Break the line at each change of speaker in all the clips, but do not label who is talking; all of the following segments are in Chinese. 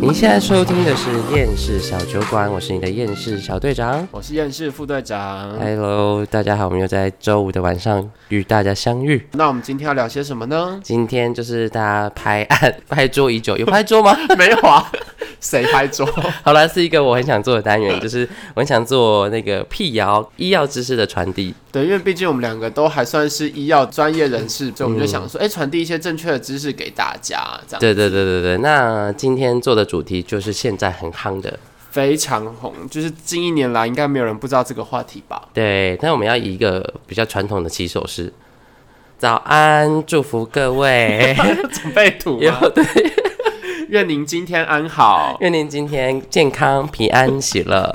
您现在收听的是厌世小酒馆，我是你的厌世小队长。
我是厌世副队长。
Hello，大家好，我们又在周五的晚上与大家相遇。？
那我们今天要聊些什么呢
今天就是大家拍案 拍桌已久，有拍桌吗？
没有啊，谁拍 桌？
好了，是一个我很想做的单元，就是我很想做那个辟谣医药知识的传递。
对，因为毕竟我们两个都还算是医药专业人士，所以我们就想说，哎、传递一些正确的知识给大家，这样
对对对对对，那今天做的主题就是现在很夯的，
非常红，就是近一年来应该没有人不知道这个话题 吧？
对，但我们要以一个比较传统的起手式。早安，祝福各位，
准备图吗？对。 愿您今天安好。
愿您今天健康、平安、喜乐。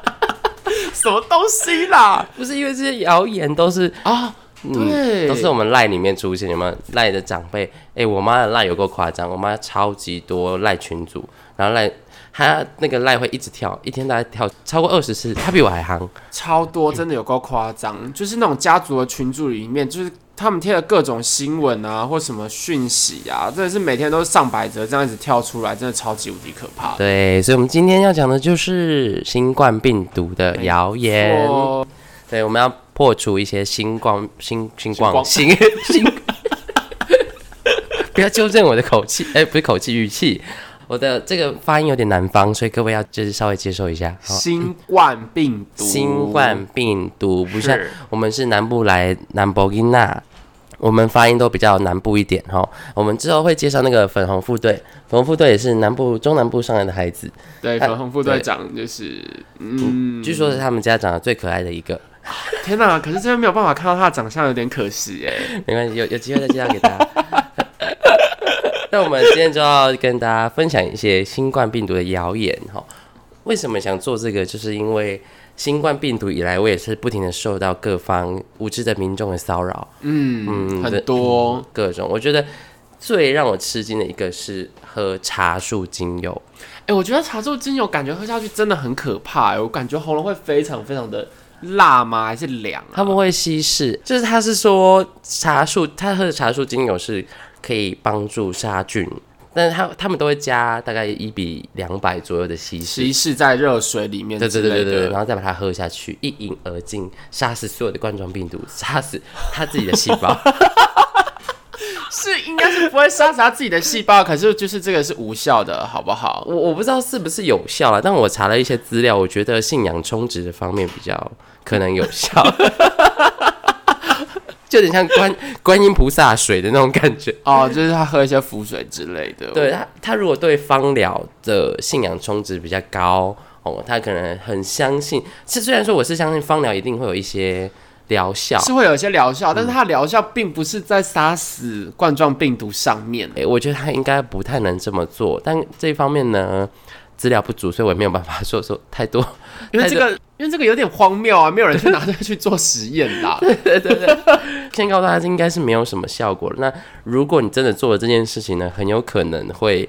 什么东西啦？
不是因为这些谣言都是
啊，对，
都是我们赖里面出现，有没有赖的长辈？哎、我妈的赖有够夸张，我妈超级多赖群组，然后赖她那个赖会一直跳，一天大概跳超过二十次，她比我还夯。
超多，真的有够夸张。就是那种家族的群组里面，就是他们贴的各种新闻啊，或什么讯息啊，真的是每天都是上百则这样子跳出来，真的超级无敌可怕的。
对，所以我们今天要讲的就是新冠病毒的谣言。
哦，
对，我们要破除一些新冠、新新冠、
光
新新。不要纠正我的口气，哎、不是口气，语气。我的这个发音有点南方，所以各位要就是稍微接受一下。好，
新冠病毒，
新冠病毒不像
是
我们是南部来南博吉纳，我们发音都比较南部一点哈。我们之后会介绍那个粉红副队，粉红副队也是南部中南部上来的孩子，
对
哎
粉红副队长就是，嗯，
据说是他们家长得最可爱的一个。
天哪、可是这边没有办法看到他的长相，有点可惜哎。
没关系，有有机会再介绍给大家。 那我们今天就要跟大家分享一些新冠病毒的谣言哈。为什么想做这个？就是因为新冠病毒以来，我也是不停的受到各方无知的民众的骚扰，
嗯，
嗯对
很多。
各种。我觉得最让我吃惊的一个是喝茶树精油，
哎、我觉得茶树精油感觉喝下去真的很可怕、哎，我感觉喉咙会非常非常的辣吗？还是凉啊？
他们会稀释，就是他是说茶树，他喝的茶树精油是可以帮助杀菌，但是他他们都会加大概一比两百左右的稀释。
稀释在热水里面
对
之
对
类
对
的。
对对，然后再把它喝下去，一饮而尽，杀死所有的冠状病毒，杀死他自己的细胞。
是应该是不会杀死他自己的细胞，可是就是这个是无效的，好不好？
我我不知道是不是有效啊，但我查了一些资料，我觉得信仰充值的方面比较可能有效， 就有点像观观音菩萨水的那种感觉。哦
哦， 就是他喝一些符水之类的。
对他，他如果对芳疗的信仰充值比较高哦，他可能很相信。是虽然说我是相信芳疗一定会有一些疗效，
是会有一些疗效，但是它的疗效并不是在杀死冠状病毒上面。
诶，我觉得他应该不太能这么做，但这一方面呢，资料不足，所以我也没有办法说说太多。
因为这个，因为这个有点荒谬啊，没有人去拿这个去做实验啦。
先告诉大家，应该是没有什么效果。那如果你真的做了这件事情呢，很有可能会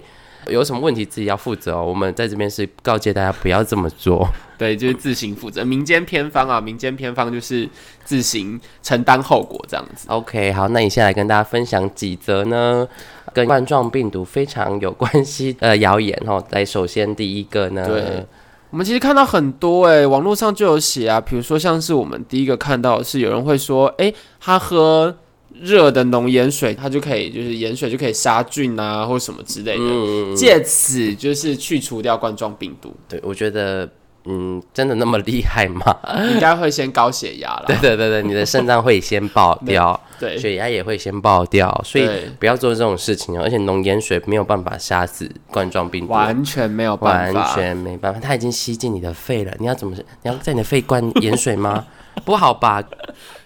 有什么问题自己要负责哦。我们在这边是告诫大家不要这么做。
对，就是自行负责，民间偏方啊，民间偏方就是自行承担后果这样子。
OK，好，那以下来跟大家分享几则呢，跟冠状病毒非常有关系的谣言哦。来，首先第一个呢，
对我们其实看到很多诶、网络上就有写啊，比如说像是我们第一个看到的是有人会说，诶、他喝热的浓盐水，他就可以就是盐水就可以杀菌啊，或什么之类的，
嗯，
借此就是去除掉冠状病 毒，
对，我觉得，嗯，真的那么厉害 吗？
应该会先高血压啦
对。对对对，你的肾脏会先爆掉，
对
血压也会先爆掉，所以
对
不要做这种事情哦。而且浓盐水没有办法杀死冠状病毒，
完全没有办
完
法。
全没办法，它已经吸进你的肺了。你要怎么？你要在你的肺灌盐水吗？不好吧？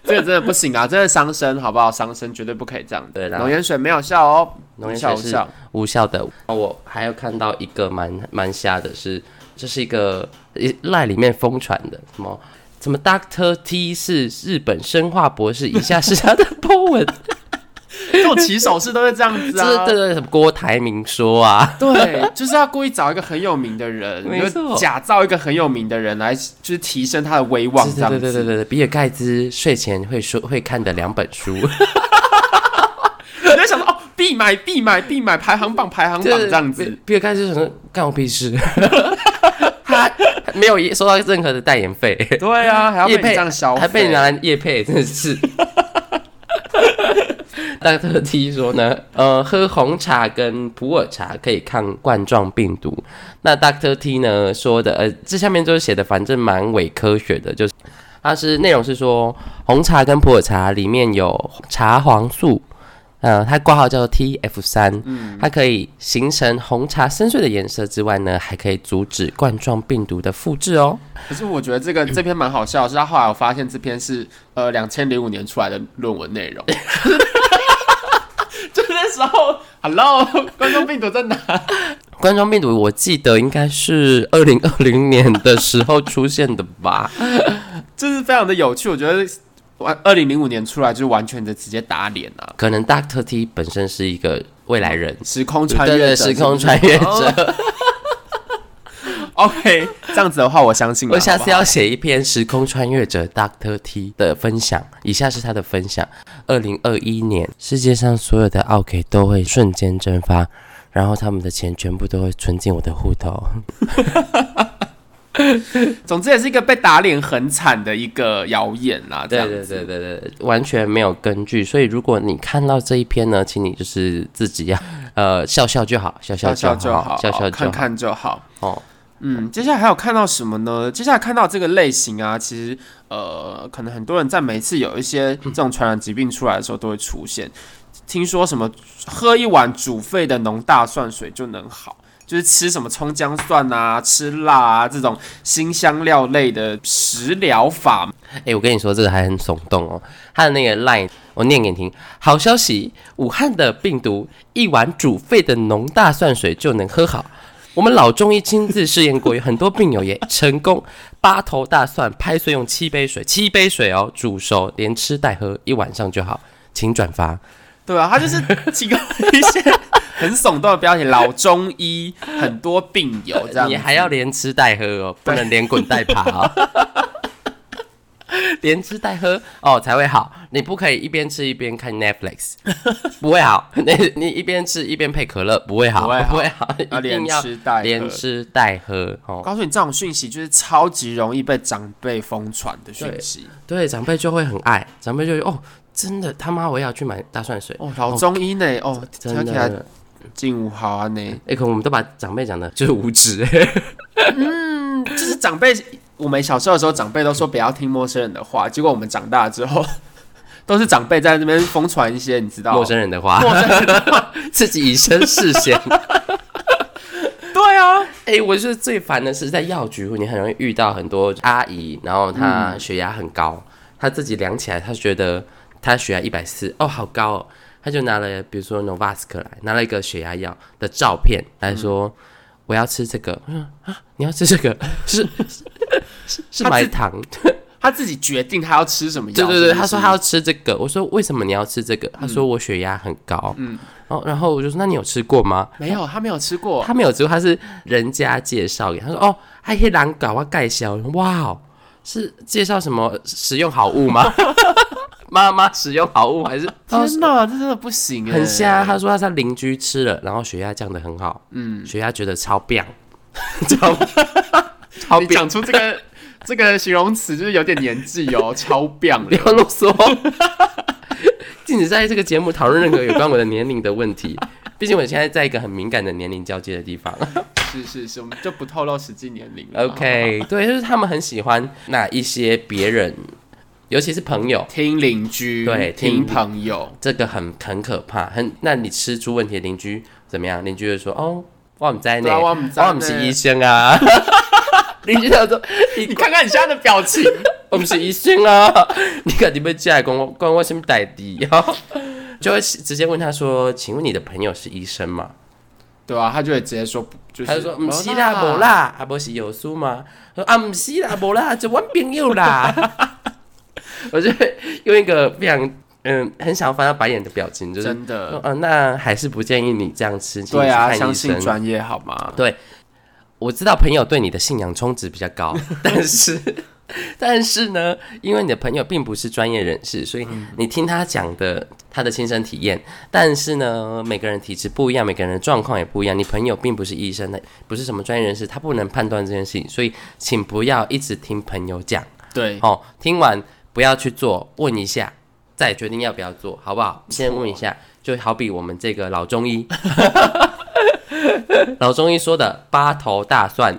这个真的不行啊，真的伤身，好不好？伤身绝对不可以这样的。
对啦
浓盐水没有效哦，
浓
无
盐
效
水
无
是
效。
无效的。我还有看到一个蛮蛮瞎的是，这是一个一赖里面疯传的什么？什么 Doctor T 是日本生化博士，以下是他的 po 文，
这种起手式都是这样子
这
啊。
这这什么郭台铭说啊，
对，就是要故意找一个很有名的人，
没
就
错
假造一个很有名的人来，就是提升他的威望，这样
对对
子。
对对对，比尔盖茨睡前会说会看的两本书，
你在想说哦，必买必买必买，排行榜排行榜这样子。
比尔盖茨就想说干我屁事， 他没有收到任何的代言费，
对啊，还要被
叶
你这样消费，
还被你拿来叶配，真的 是。大特 T 说呢，呃，喝红茶跟普洱茶可以抗冠状病毒。那大特 T 呢说的，呃，这下面就是写的，反正蛮伪科学的，就是它是内容是说，红茶跟普洱茶里面有茶黄素，呃，它挂号叫做 TF 三，
嗯
它可以形成红茶深邃的颜色之外呢，还可以阻止冠状病毒的复制哦。
可是我觉得这个这篇蛮好笑的，是他后来我发现这篇是呃两千零五年出来的论文内容。 就那时候，Hello，冠状病毒在哪？
冠状病毒，我记得应该是二零二零年的时候出现的吧？
就是非常的有趣，我觉得完二零零五年出来就是完全的直接打脸啊，
可能 Doctor T 本身是一个未来人，
时空穿
对
越
对，
者
时空穿越者。
o k 这样子的话我相信了。
我下次
好
要写一篇时空穿越者 Doctor T 的分享，以下是他的分享：二零二一年，世界上所有的奥 K 都会瞬间蒸发，然后他们的钱全部都会存进我的户头。
不好总之也是一个被打脸很惨的一个谣言啦。这
对
样
对
子
对对对，完全没有根据。所以如果你看到这一篇呢，请你就是自己要 呃笑笑就好，笑
笑笑
就
就好，
笑笑就
看
好。
看就好。
哦，
嗯，接下来还有看到什么呢？接下来看到这个类型啊，其实呃，可能很多人在每次有一些这种传染疾病出来的时候都会出现。听说什么喝一碗煮沸的浓大蒜水就能好，就是吃什么葱姜蒜啊、吃辣啊这种新香料类的食疗法。
哎，我跟你说，这个还很耸动哦。他的那个 line，我念给你听。好消息，武汉的病毒一碗煮沸的浓大蒜水就能喝好。我们老中医亲自试验过，有很多病友也成功。八头大蒜拍碎用七杯水，七杯水哦，煮熟，连吃带喝，一晚上就好。请转发。
对啊，他就是提供一些很耸动的标题，老中医很多病友这样 子。
你还要连吃带喝哦，不能连滚带爬哦。 连吃带喝哦才会好，你不可以一边吃一边看 Netflix，不 会好。你你一边吃一边配可乐，不会好，
不会好
好，
要
一定
连
要
吃带喝
连吃带喝
我
哦。
告诉你，这种讯息就是超级容易被长辈疯传的讯息。
对，长辈就会很爱，长辈就会哦，真的他妈我也要去买大蒜水，
哦，老中医呢？哦，
真
听起来
的。
进五好啊呢。
哎、可能我们都把长辈讲的就是无知、
就是长辈，我们小时候的时候，长辈都说不要听陌生人的话，结果我们长大之后， 都是长辈在那边疯传一些，你知道？
陌生人的话， 自己以身试险。
对啊，
哎、我觉得最烦的是在药局，你很容易遇到很多阿姨，然后
嗯
她血压很高，她自己量起来，她觉得她血压一百四，哦，好高哦，她就拿了比如说 Novasc 来，拿了一个血压药的照片来
嗯
说，我要吃这个，我说啊，你要吃这个， 是是是是
她自
买糖，
他自己决定他要吃什么
对
药。
对对，
是不是嗯
她说她要吃这个，我说为什么你要吃这个？她说我血压很高，嗯，然后然后我就说那你有吃过吗？
没有，他没有吃过。
他没有吃过，他是人家介绍给他说哦，还可以狼搞啊盖销，哇哦，是介绍什么使用好物吗？ 妈妈使用好物还是
天哪，这真的不行哎，
很瞎？他说他在邻居吃了，然后血压降得很好，嗯，血压觉得超棒，超超
你
棒，
讲出这 个这个形容词，就是有点年纪哦，超棒
不
了。
要啰嗦，禁止在这个节目讨论任何有关我的年龄的问题， 毕竟我现在在一个很敏感的年龄交接的地方。
是是是，我们就不透露实际年龄了。
OK，对，就是他们很喜欢那一些别人，尤其是朋友，
听邻居，
对
听
听
朋友，
这个很很可怕。很，那你吃出问题的邻居怎么样？邻居就说：“哦，我们在内，
对啊我
我
不知道呢
们是医生 啊。”邻居他说：“
你看看你现在的表情，
我们是医生啊， 你肯定被架关我关我什么代地？”然后就会直接问他说：“请问你的朋友是医生吗？”
对啊，他就会直接说不，就是
他就说：“唔是啦，无，啦，啊，不是有书吗？”他说：“啊，唔是啦，无啦，就阮朋友啦。” 我就会用一个非常嗯很想翻他白眼的表情，就是
真的
嗯、，呃那还是不建议你这样吃，请你
对
去
啊，
看
相
医
信
生。
专业好吗？
我知道朋友对你的信仰充值比较高，但是但是呢，因为你的朋友并不是专业人士，所以
嗯
你听他讲的他的亲身体验。但是呢，每个人体质不一样，每个人的状况也不一样。你朋友并不是医生，的，不是什么专业人士，他不能判断这件事情。所以，请不要一直听朋友讲
对，
哦，听完不要去做，问一下再决定要不要做，好不好？先问一下，就好比我们这个老中医， 老中医说的八头大蒜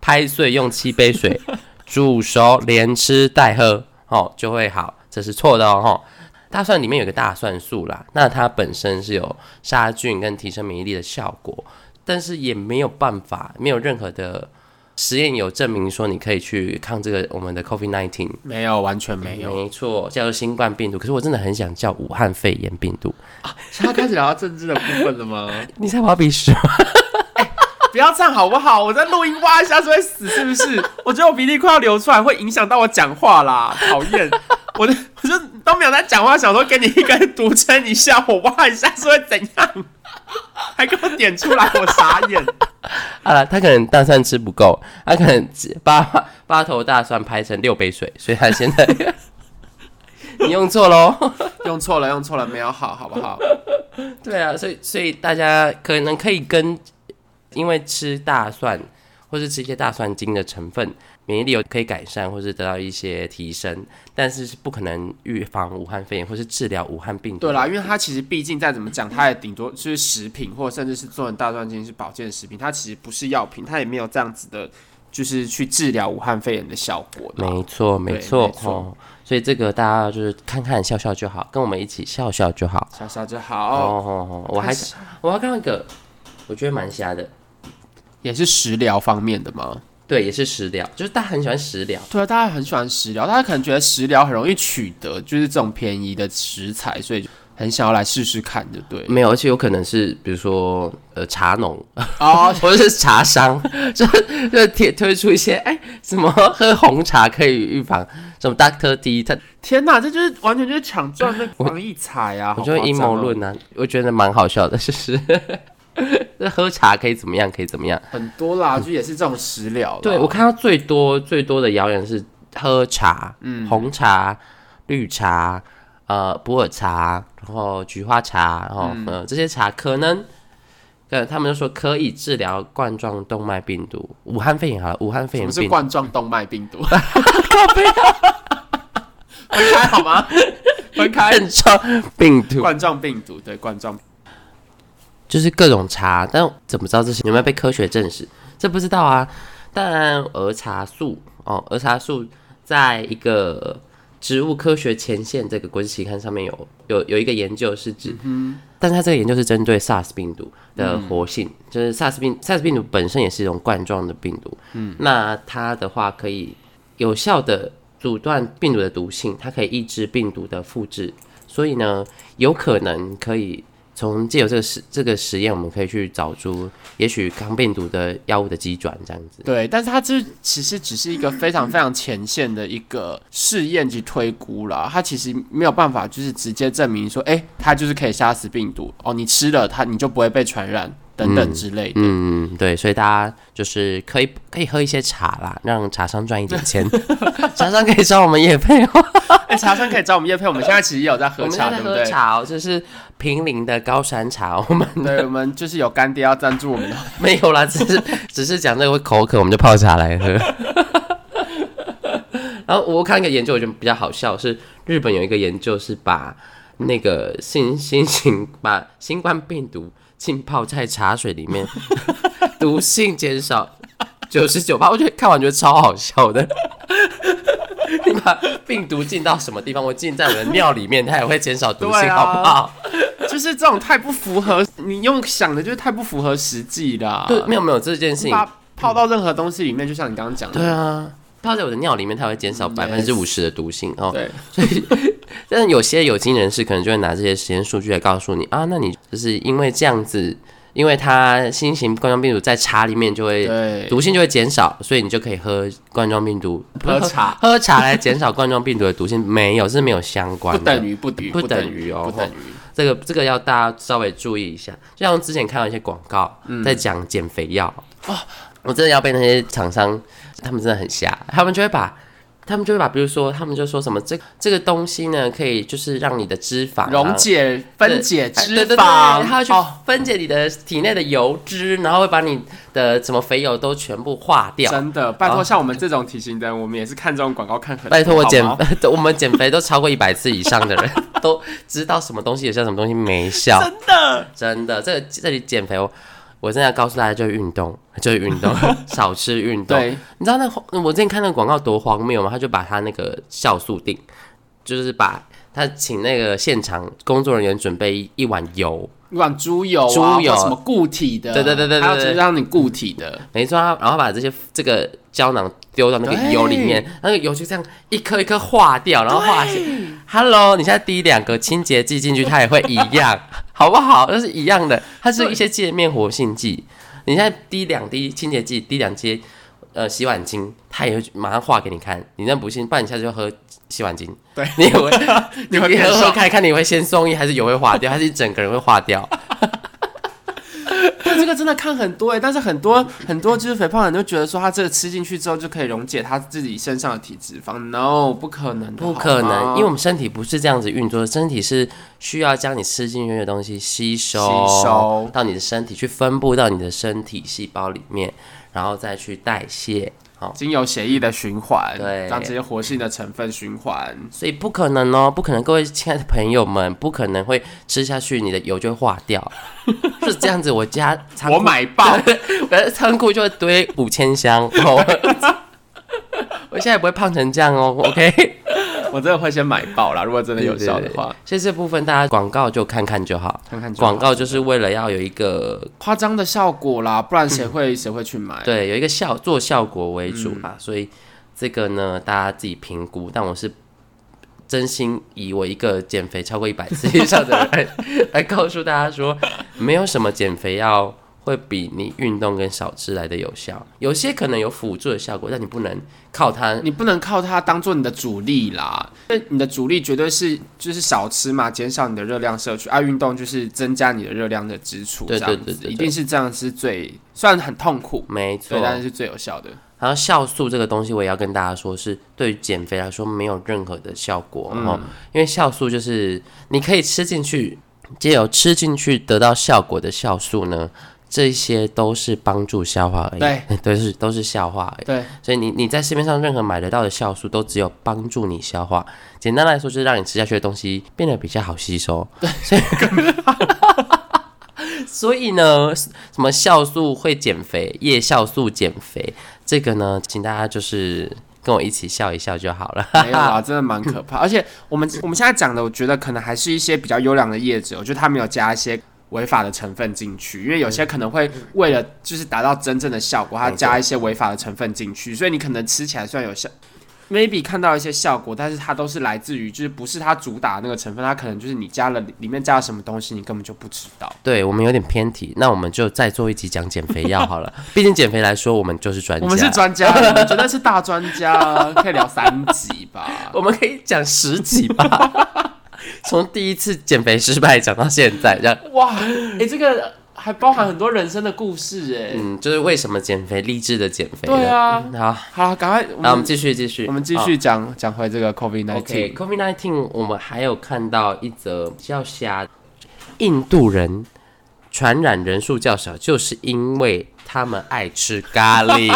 拍碎用七杯水。煮熟连吃带喝，哦，就会好，这是错的哦。吼大蒜里面有个大蒜素啦，那它本身是有杀菌跟提升免疫力的效果，但是也没有办法，没有任何的实验有证明说你可以去抗这个我们的 COVID nineteen。
没有，完全没有。
没错，叫做新冠病毒。可是我真的很想叫武汉肺炎病毒。
现在开始聊到政治的部分了吗？
你才挖鼻 屎吗？
不要这样好不好？我在录音挖一下是会死是不是？ 我觉得我鼻涕快要流出来，会影响到我讲话啦，讨厌！我的我就都没有在讲话，想说给你一根毒针一下，我挖一下是会怎样？ 还给我点出来，我傻眼。
好啊了，他可能大蒜吃不够，他可能只八 八头大蒜拍成六杯水，所以他现在 你用错喽。
用错了，用错了，没有好，好不好？
对啊，所以所以大家可能可以跟，因为吃大蒜或是吃一些大蒜精的成分，免疫力有可以改善，或是得到一些提升，但是是不可能预防武汉肺炎或是治疗武汉病毒。
对啦，因为它其实毕竟再怎么讲，它也顶多就是食品，或者甚至是做成大蒜精是保健食品，它其实不是药品，它也没有这样子的，就是去治疗武汉肺炎的效果的。
没错，没
对
错
没，错
哦。所以这个大家就是看看笑笑就好，跟我们一起笑笑就好。
小小就
哦
好，
哦哦！我还
它是
我还看到一个，我觉得蛮瞎的，
也是食疗方面的吗？
对，也是食疗，就是大家很喜欢食疗，。
对啊，大家很喜欢食疗，大家可能觉得食疗很容易取得，就是这种便宜的食材，所以就很想要来试试看，就对
没有，而且有可能是比如说呃茶农，
哦，
或者是茶商， 就就推推出一些哎，什么喝红茶可以预防什么 Doctor D，他
天哪，这就是完全就是抢赚那个防疫财啊！
我
好
就
夸
阴
张
谋
哦，
论啊，我觉得蛮好笑的，就是 那喝茶可以怎么样，可以怎么样？
很多啦，就也是这种食疗啦。
对我看到最多最多的谣言是喝茶，嗯，红茶、绿茶、呃普洱茶，然后菊花茶，然后、
嗯
呃这些茶可能。呃，他们就说可以治疗冠状动脉病毒，武汉肺炎好了，武汉肺
什
炎
么
病
是
毒
冠状动脉病 毒？啊 分开好 吗？分开。
冠状病毒，
冠状病毒，对冠状，
就是各种茶，但怎么知道这些有没有被科学证实？这不知道啊。当然，儿茶素哦，儿茶素在一个植物科学前线这个国际期刊上面有有有一个研究是指，但是它这个研究是针对 SARS 病毒的活性，就是 SARS 病 SARS 病毒本身也是一种冠状的病毒，嗯，那它的话可以有效的阻断病毒的毒性，它可以抑制病毒的复制，所以呢，有可能可以从借由这个实这个实验，我们可以去找出也许抗病毒的药物的机转这样子。
对，但是它这其实只是一个非常非常前线的一个试验及推估啦，它其实没有办法就是直接证明说，哎、它就是可以杀死病毒哦，你吃了它你就不会被传染等等之类的。
嗯，对，所以大家就是可以可以喝一些茶啦，让茶商赚一点 钱。茶商可以找我们也配哦。
哎、茶商可以找我们叶配，我们现在其实也有在喝
我们
茶，
在
对不
喝
对？
茶哦，就是平林的高山茶哦，我们
对，我们就是有干爹要赞助我们的，
没有啦，只是只是讲这个会口渴，我们就泡茶来喝。 然后我看一个研究，我觉得比较好笑，是日本有一个研究是把那个新新型把 新冠病毒浸泡在茶水里面， 毒性减少九十九八，我觉得看完觉得超好笑的。 你把病毒进到什么地方？我进在我的尿里面，它也会减少毒
对
性，
啊
好不好？
就是这种太不符合你用想的，就是太不符合实际啦。
对，没有没有这件事情，
把泡到任何东西里面，就像你刚刚讲的，
对啊，泡在我的尿里面，它会减少百分之五十的毒性哦。
对，
但有些有经人士可能就会拿这些实验数据来告诉你啊，那你就是因为这样子，因为它新型冠状病毒在茶里面就会
对
毒性就会减少，所以你就可以喝冠状病毒
喝茶
喝茶来减少冠状病毒的毒性，没有是没有相关
不
的，
等于不等于
不等于
于
哦
不等于
这个这个要大家稍微注意一下。就像之前看到一些广告、
嗯
在讲减哦肥药，哇、我真的要被那些厂商，他们真的很瞎，他们就会把他们就会把，比如说，他们就说什么这这个东西呢，可以就是让你的脂肪啊、
溶解、分解
哎
脂
对对对
肪，
它会去
哦，
分解你的体内的油脂，然后会把你的什么肥油都全部化掉。
真的，拜
好
托，像我们这种体型的人，我们也是看这种广告看很多。
拜托我
好
减
吗，
我们减肥都超过一百次以上的人都知道什么东西有效，什么东西没效。真的，真的，这个这里减肥我。我现在告诉大家，就是运动，就是运 动，少吃运动。
对，
你知道那黄我之前看那个广告多荒谬吗？他就把他那个酵素锭，就是把他请那个现场工作人员准备一碗油，
不管猪油、
猪
啊，或
油
什么固体的，
对对对对对
还有
对
就是让你固体的，
没错啊，然后把这些这个胶囊丢到那个油里面，那个油就这样一颗一颗化掉，然后化下。Hello，你现在滴两个清洁剂进去，它也会一样，好不好？那是一样的，它是一些界面活性剂。你现在滴两滴清洁剂，滴两滴呃洗碗精，它也会马上化给你看。你真不信，不然你下次就喝洗碗精，
对
你也会
你会变
喝喝
瘦。
看看，你会先松一还是油会化掉，还是整个人会化掉？
对，这个真的看很多哎，但是很多很多就是肥胖人都觉得说，他这个吃进去之后就可以溶解他自己身上的体脂肪，no，不可能的，
不可
好
能，
吗
因为我们身体不是这样子运作的，身体是需要将你吃进去的东西吸收，
吸收
到你的身体去分布到你的身体细胞里面，然后再去代谢。好、
经由血液的循环，
对
让这些活性的成分循环。
所以不可能哦，不可能，各位亲爱的朋友们，不可能会吃下去，你的油就会化 掉，是这样子。我家仓库
我买爆，
我的 仓库就会堆五千箱，哦、 我现在也不会胖成这样哦。OK，
我真的会先买爆啦。如果真的有效的
对
话，，
所以这部分大家广告就看看就好。
看看就好
广告就是为了要有一个
夸张的效果啦，不然谁会谁会去买？
嗯对有一个效做效果为主
嗯
吧，所以这个呢大家自己评估。但我是真心以我一个减肥超过一百次以上的人来告诉大家说，没有什么减肥药会比你运动跟少吃来的有效。有些可能有辅助的效果，但你不能靠它。
你不能靠它当做你的主力啦，因为你的主力绝对是就是少吃嘛，减少你的热量摄取，啊，运动就是增加你的热量的支出，
对
这
对
样子
对对对
一定是这样是最虽然很痛苦，
没错
对，，但是是最有效的。
然后酵素这个东西，我也要跟大家说，是对于减肥来说没有任何的效果哦、因为酵素就是你可以吃进去，借由吃进去得到效果的酵素呢，这些都是帮助消化而已，
对
都是都是消化而已。
对，
所以你你在市面上任何买得到的酵素，都只有帮助你消化。简单来说，就是让你吃下去的东西变得比较好吸收。对，所以所以呢，什么酵素会减肥，叶酵素减肥，这个呢，请大家就是跟我一起笑一笑就好了。
没有啦，真的蛮可怕。而且我们我们现在讲的，我觉得可能还是一些比较优良的业者，我觉得他没有加一些违法的成分进去，因为有些可能会为了就是达到真正的效果，它加一些违法的成分进去，所以你可能吃起来虽然有效。maybe 看到一些效果，但是它都是来自于就是不是它主打那个成分，它可能就是你加了里面加了什么东西，你根本就不知 道。
对我们有点偏题，那我们就再做一集讲减肥药好了。毕竟减肥来说，我们就是专家，
我们是专家，我们绝对是大专家， 可以聊三集吧。
我们可以讲十集吧。 从第一次减肥失败讲到现在，这样
哇，哎、这个还包含很多人生的故事哎、
嗯，就是为什么减肥励志的减肥？
对啊
嗯，好，
好，赶快，
那
我
我
们啊
们继续继续，
我们继续讲讲回这个 COVID
哦。
nineteen。
OK，COVID nineteen，我们还有看到一则比较瞎，印度人传染人数较少，就是因为他们爱吃咖 喱。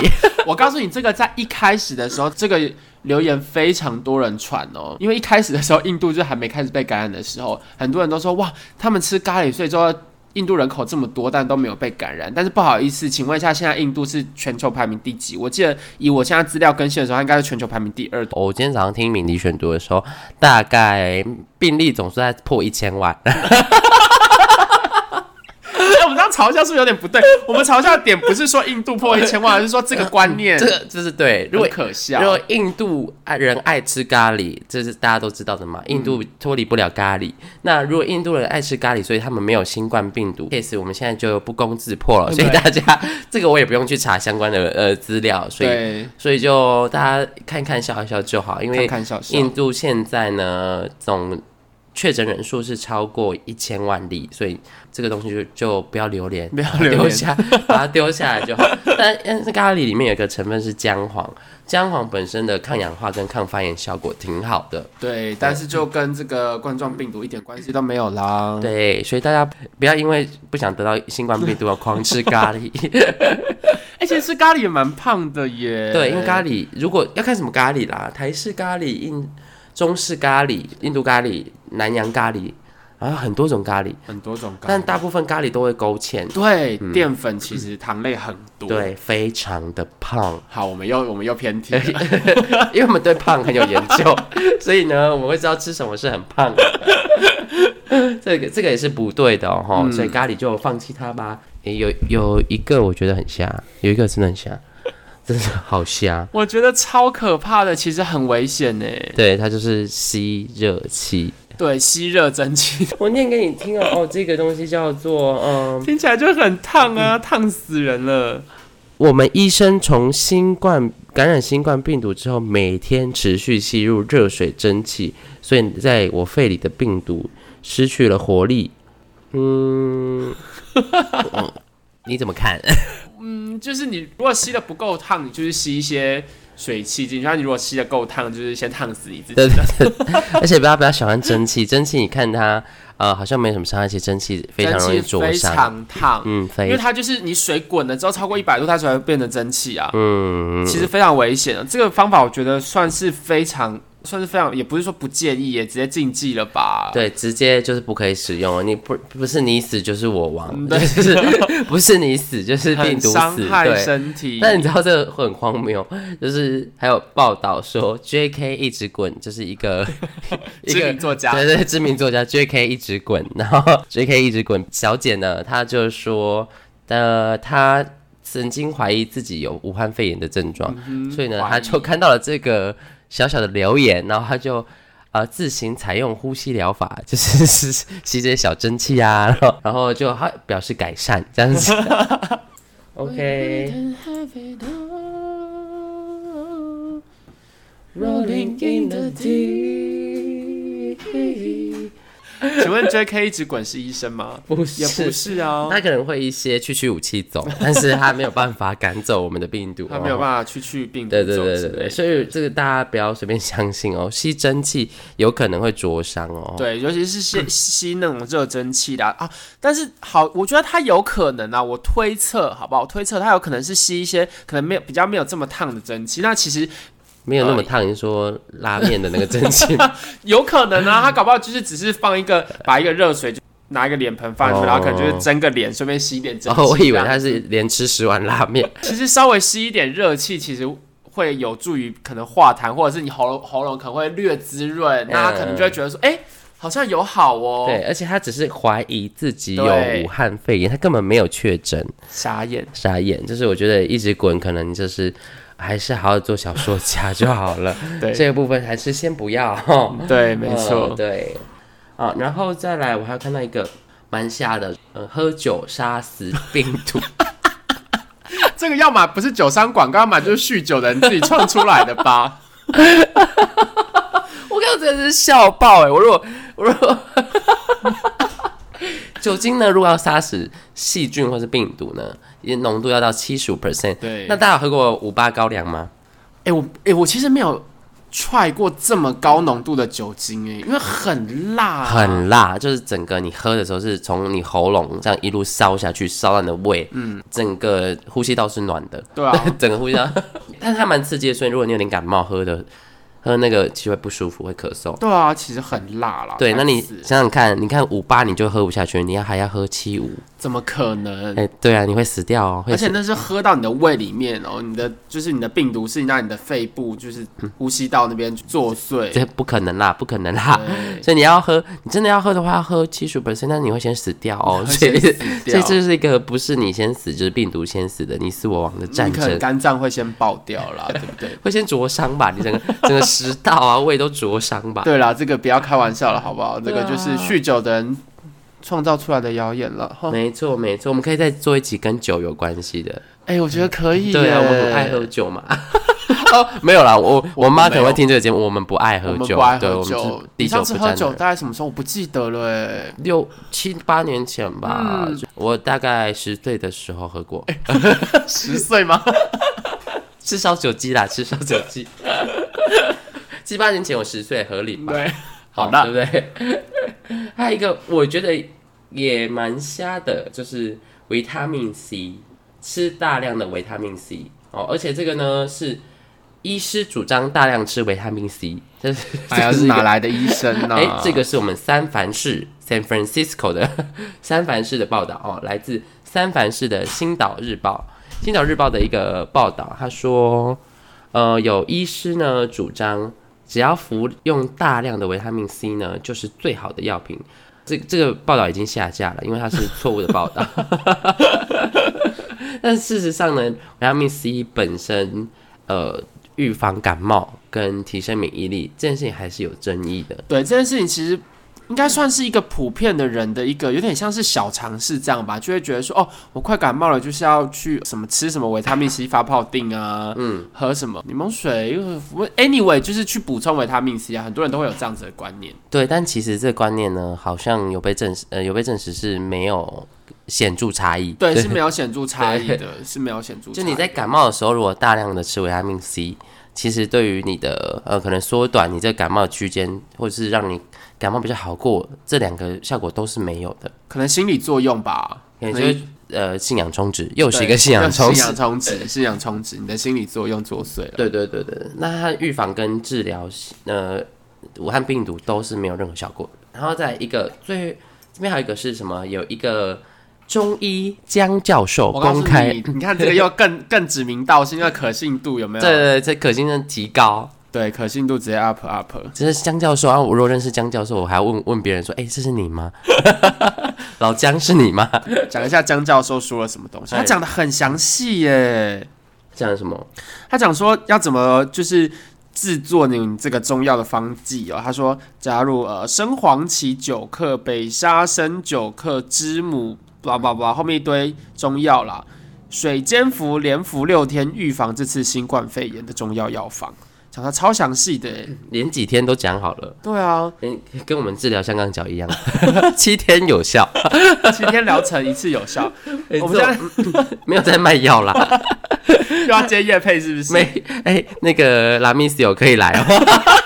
我告诉你，这个在一开始的时候，这个留言非常多人传哦，因为一开始的时候，印度就还没开始被感染的时候，很多人都说哇，他们吃咖喱，所以说印度人口这么多，但都没有被感染。但是不好意思，请问一下，现在印度是全球排名第几？我记得以我现在资料更新的时候，它应该是全球排名第二。
我今天早上听敏迪选读的时候，大概病例总数在破一千万。
哎，我们这样嘲笑是不是有点不对？我们嘲笑的点不是说印度破一千万，而是说这个观念
这个就是对，如
很
果
可笑
如。果印度爱人爱吃咖喱，这是大家都知道的嘛，
嗯
印度脱离不了咖喱。那如果印度人爱吃咖喱，所以他们没有新冠病毒 case，我们现在就不攻自破了。所以
对
大家 这个我也不用去查相关的呃资料，所以
对，
所以就大家看看笑一笑就好，因
看
为
看笑笑。
印度现在呢总确诊人数是超过一千万例，所以这个东西就就不要榴莲，
不要榴
丢
莲
下， 把它丢下来就好。但但是咖喱里面有一个成分是姜黄，姜黄本身的抗氧化跟抗发炎效果挺好的，
对，但是就跟这个冠状病毒一点关系都没有啦。
对，所以大家不要因为不想得到新冠病毒而狂吃咖 喱。
而且吃哎咖喱也蛮胖的耶。
对，因为咖喱如果要看什么咖喱啦，台式咖喱、印中式咖喱、印度咖喱、南洋咖喱，然后很多种咖喱，
很多种咖
但
喱，
大部分咖喱都会勾芡，
对淀粉其实糖类很
嗯
多。，
对，非常的胖，
好，我们又我们又偏题了。
哎因为我们对胖很有研究，所以呢， 我们会知道吃什么是很胖的。这个这个也是不对的哦，吼所以咖喱就放弃它吧。诶有有一个我觉得很瞎，有一个真的很瞎，真的好瞎。
我觉得超可怕的，其实很危险呢。
对，它就是吸热器。
对，吸热蒸汽
我念给你听哦，哦，这个东西叫做嗯，
听起来就很烫啊，烫死人了。
我们医生从新冠感染新冠病毒之后，每天持续吸入热水蒸气，所以在我肺里的病毒失去了活力。嗯， 我你怎么看？
嗯，就是你如果吸的不够烫，你就是吸一些水汽进去；，那你如果吸的够烫，就是先烫死你自己。
对对对，而且不要不要喜欢蒸汽，蒸汽你看它呃好像没什么伤害，其实蒸汽非常容易
蒸汽
灼
非
伤。
常烫。
嗯，
因
非
为它就是你水滚了之后超过一百度，它才会变成蒸汽啊，
嗯，
其实非常危险的。啊这个方法我觉得算是非常，算是非常，也不是说不建议，也直接禁忌了吧。
对，直接就是不可以使用了。你不不是你死就是我亡，
嗯
就
对
是不是你死就是病
很
毒
伤
死。
害
对，
身体。
但你知道这个很荒谬，就是还有报道说 J.K. 一直滚，就是一个一
知
个
名作家
对对，知名作家 J.K. 一直滚，然后 J.K. 一直滚小姐呢，她就说，呃，她曾经怀疑自己有武汉肺炎的症状，所以呢，
嗯怀疑
她就看到了这个小小的留言，然后她就。呃，自行采用呼吸疗法，就是 吸吸这些小蒸汽啊，然后然后就她表示改善这样子。OK。
Rolling in the
deep。
请问 J.K. 一直滚是医生吗？
不
也不
是，
是啊，
他可能会一些去去武器 走，但是他没有办法赶走我们的病毒、
他没有
法。
办法去去病毒
对对
走
对
之
对对，
类的。
所以这个大家不要随便相信哦， 吸蒸汽有可能会灼伤哦。，
对，尤其是吸吸那种热蒸汽的啊啊但是好，我觉得它有可能啊，我推测好不好？我推测它有可能是吸一些可能没有比较没有这么烫的蒸汽。那其实
没有那么烫。你说拉面的那个蒸 汽，
有可能啊，他搞不好就是只是放一个， 把一个热水就拿一个脸盆放进去，
哦
然后可能就是蒸个脸，顺便吸一点
然
蒸汽。
后哦我以为
这样
他是连吃十碗拉面。
其实稍微吸一点热气，其实会有助于可能化痰，或者是你喉咙喉咙可能会略滋润，那他可能就会觉得说，哎、好像有好哦。
嗯对，，而且他只是怀疑自己有
对
武汉肺炎，他根本没有确诊。
傻眼。
傻眼，就是我觉得一直滚，可能就是还是好好做小说家就好了。
对
这个部分还是先不要。哦吼
对，没错。
呃对。啊，然后再来，我还有看到一个蛮吓的，呃，喝酒杀死病毒。
这个要么不是酒商广告，要么就是酗酒的人自己创出来的 吧。
我刚刚真的是笑爆哎、我如果我如 果酒精呢，如果要杀死细菌或是病毒呢，也浓度要到七十五 percent。
对
那大家有喝过五八高粱吗？
哎、我哎、我其实没有。踹过这么高浓度的酒精哎、因为很辣、啊
很辣，就是整个你喝的时候是从你喉咙这样一路烧下去，烧到你的胃，嗯，整个呼吸道是暖的，
对啊，
整个呼吸道，但是它蛮刺激的，所以如果你有点感冒，喝的喝那个其实会不舒服，会咳嗽。
对啊，其实很辣啦。
对，
该
那你
死
想想看，你看五八你就喝不下去，你要还要喝七五，
怎么可能？
哎、对啊，你会死掉哦，会
嗯而且
死。
那是喝到你的胃里面哦，你的就是你的病毒是让你的肺部就是呼吸道那边作祟。哎
这不可能啦，不可能啦！
对
所以你要喝，你真的要喝的话，要喝七十 percent，但你会先死掉哦。
会
所以，
先
所
死
以这
掉
就是一个不是你先死，就是病毒先死的，你死我亡的战
你嗯可能
争。
肝脏会先爆掉 啦，对不对？
会先灼伤吧，你整个 整个食道啊、胃都灼伤吧。
对啦，这个不要开玩笑了，好不好？这
对啊
个就是酗酒的人创造出来的谣言了。哈
没错，没错，我们可以再做一集跟酒有关系的。啊
哎、我觉得可以耶。
对啊，我们很爱喝酒嘛。 哦，没有啦，我
我
我妈
们
可能
没
会
有
听这个节目，我们不爱喝
我们
酒，
不爱
对，
喝
我们
酒
是。
你
滴酒
上次
不
喝
沾
酒
的。
大概什么时候？我不记得了、欸。
六七八年前吧，
嗯
就我大概十岁的时候喝过，
哎十岁吗？
吃烧酒鸡啦，吃烧酒鸡。七八年前我十岁，合理吧？
对，好
好
的
对 不对？还有一个我觉得也蛮瞎的，就是维他命 C，吃大量的维他命 C 哦，而且这个呢是医师主张大量吃维他命 C，这是
哎呀，
这
是
一个
哪来的医生啊呢、
哎、这个是我们三藩市 （San Francisco） 的 三藩市的报道哦，来自三藩市的《星岛日报》。《星岛日报》的一个报道，他说，呃，有医师呢主张，只要服用大量的维他命 C 呢，就是最好的药品。这这个报道已经下架了，因为它是错误的报道。 但事实上呢，维他命 C 本身，呃，预防感冒跟提升免疫力这件事情还是有争议的。
对这件事情，其实应该算是一个普遍的人的一个有点像是小尝试这样吧，就会觉得说，哦，我快感冒了，就是要去什么吃什么维他命 C 发泡定啊，嗯，喝什么柠檬水，呃我 anyway 就是去补充维他命 C 啊，很多人都会有这样子的观念。
对，但其实这个观念呢，好像有被证实，呃，有被证实是没有显著差异。
对，是没有显著差异的，是没有显著差异。
就你在感冒的时候，如果大量的吃维他命 C，其实对于你的呃，可能缩短你这个感冒的区间，或者是让你感冒比较好过，这两个效果都是没有的。
可能心理作用吧，
也就
可能
是呃，信仰充值又是一个
对
信仰充
信
值。
仰充值，信仰充值，你的心理作用作祟了。
对对对对，那它预防跟治疗是，呃，武汉病毒都是没有任何效果的。然后再一个最这边还有一个是什么？有一个中医江教授
我告诉
哦公开，
你，你看这个又更更指名道姓，那可信度有没
对
有？
对对，这可信性极高。
对，可信度直接 up up。
这是江教授啊，我如果认识江教授，我还问问别人说，哎、这是你吗？ 老姜是你吗？
讲一下江教授说了什么东西，
哎
他讲的很详细耶。
讲什么？
他讲说要怎么就是制作你这个中药的方剂哦。他说加入呃生黄芪九克、北沙参九克、知母，叭叭叭，后面一堆中药啦。水煎服连服六天，预防这次新冠肺炎的中药药方，讲的超详细的耶。
连几天都讲好了，
对啊，
跟跟我们治疗香港脚一样， 七天有效。
七天疗程一次 有效，我
我
们
们现
现在
在没有在卖药啦。
又要接叶配是不是？
没哎、那个拉米西欧可以来哦。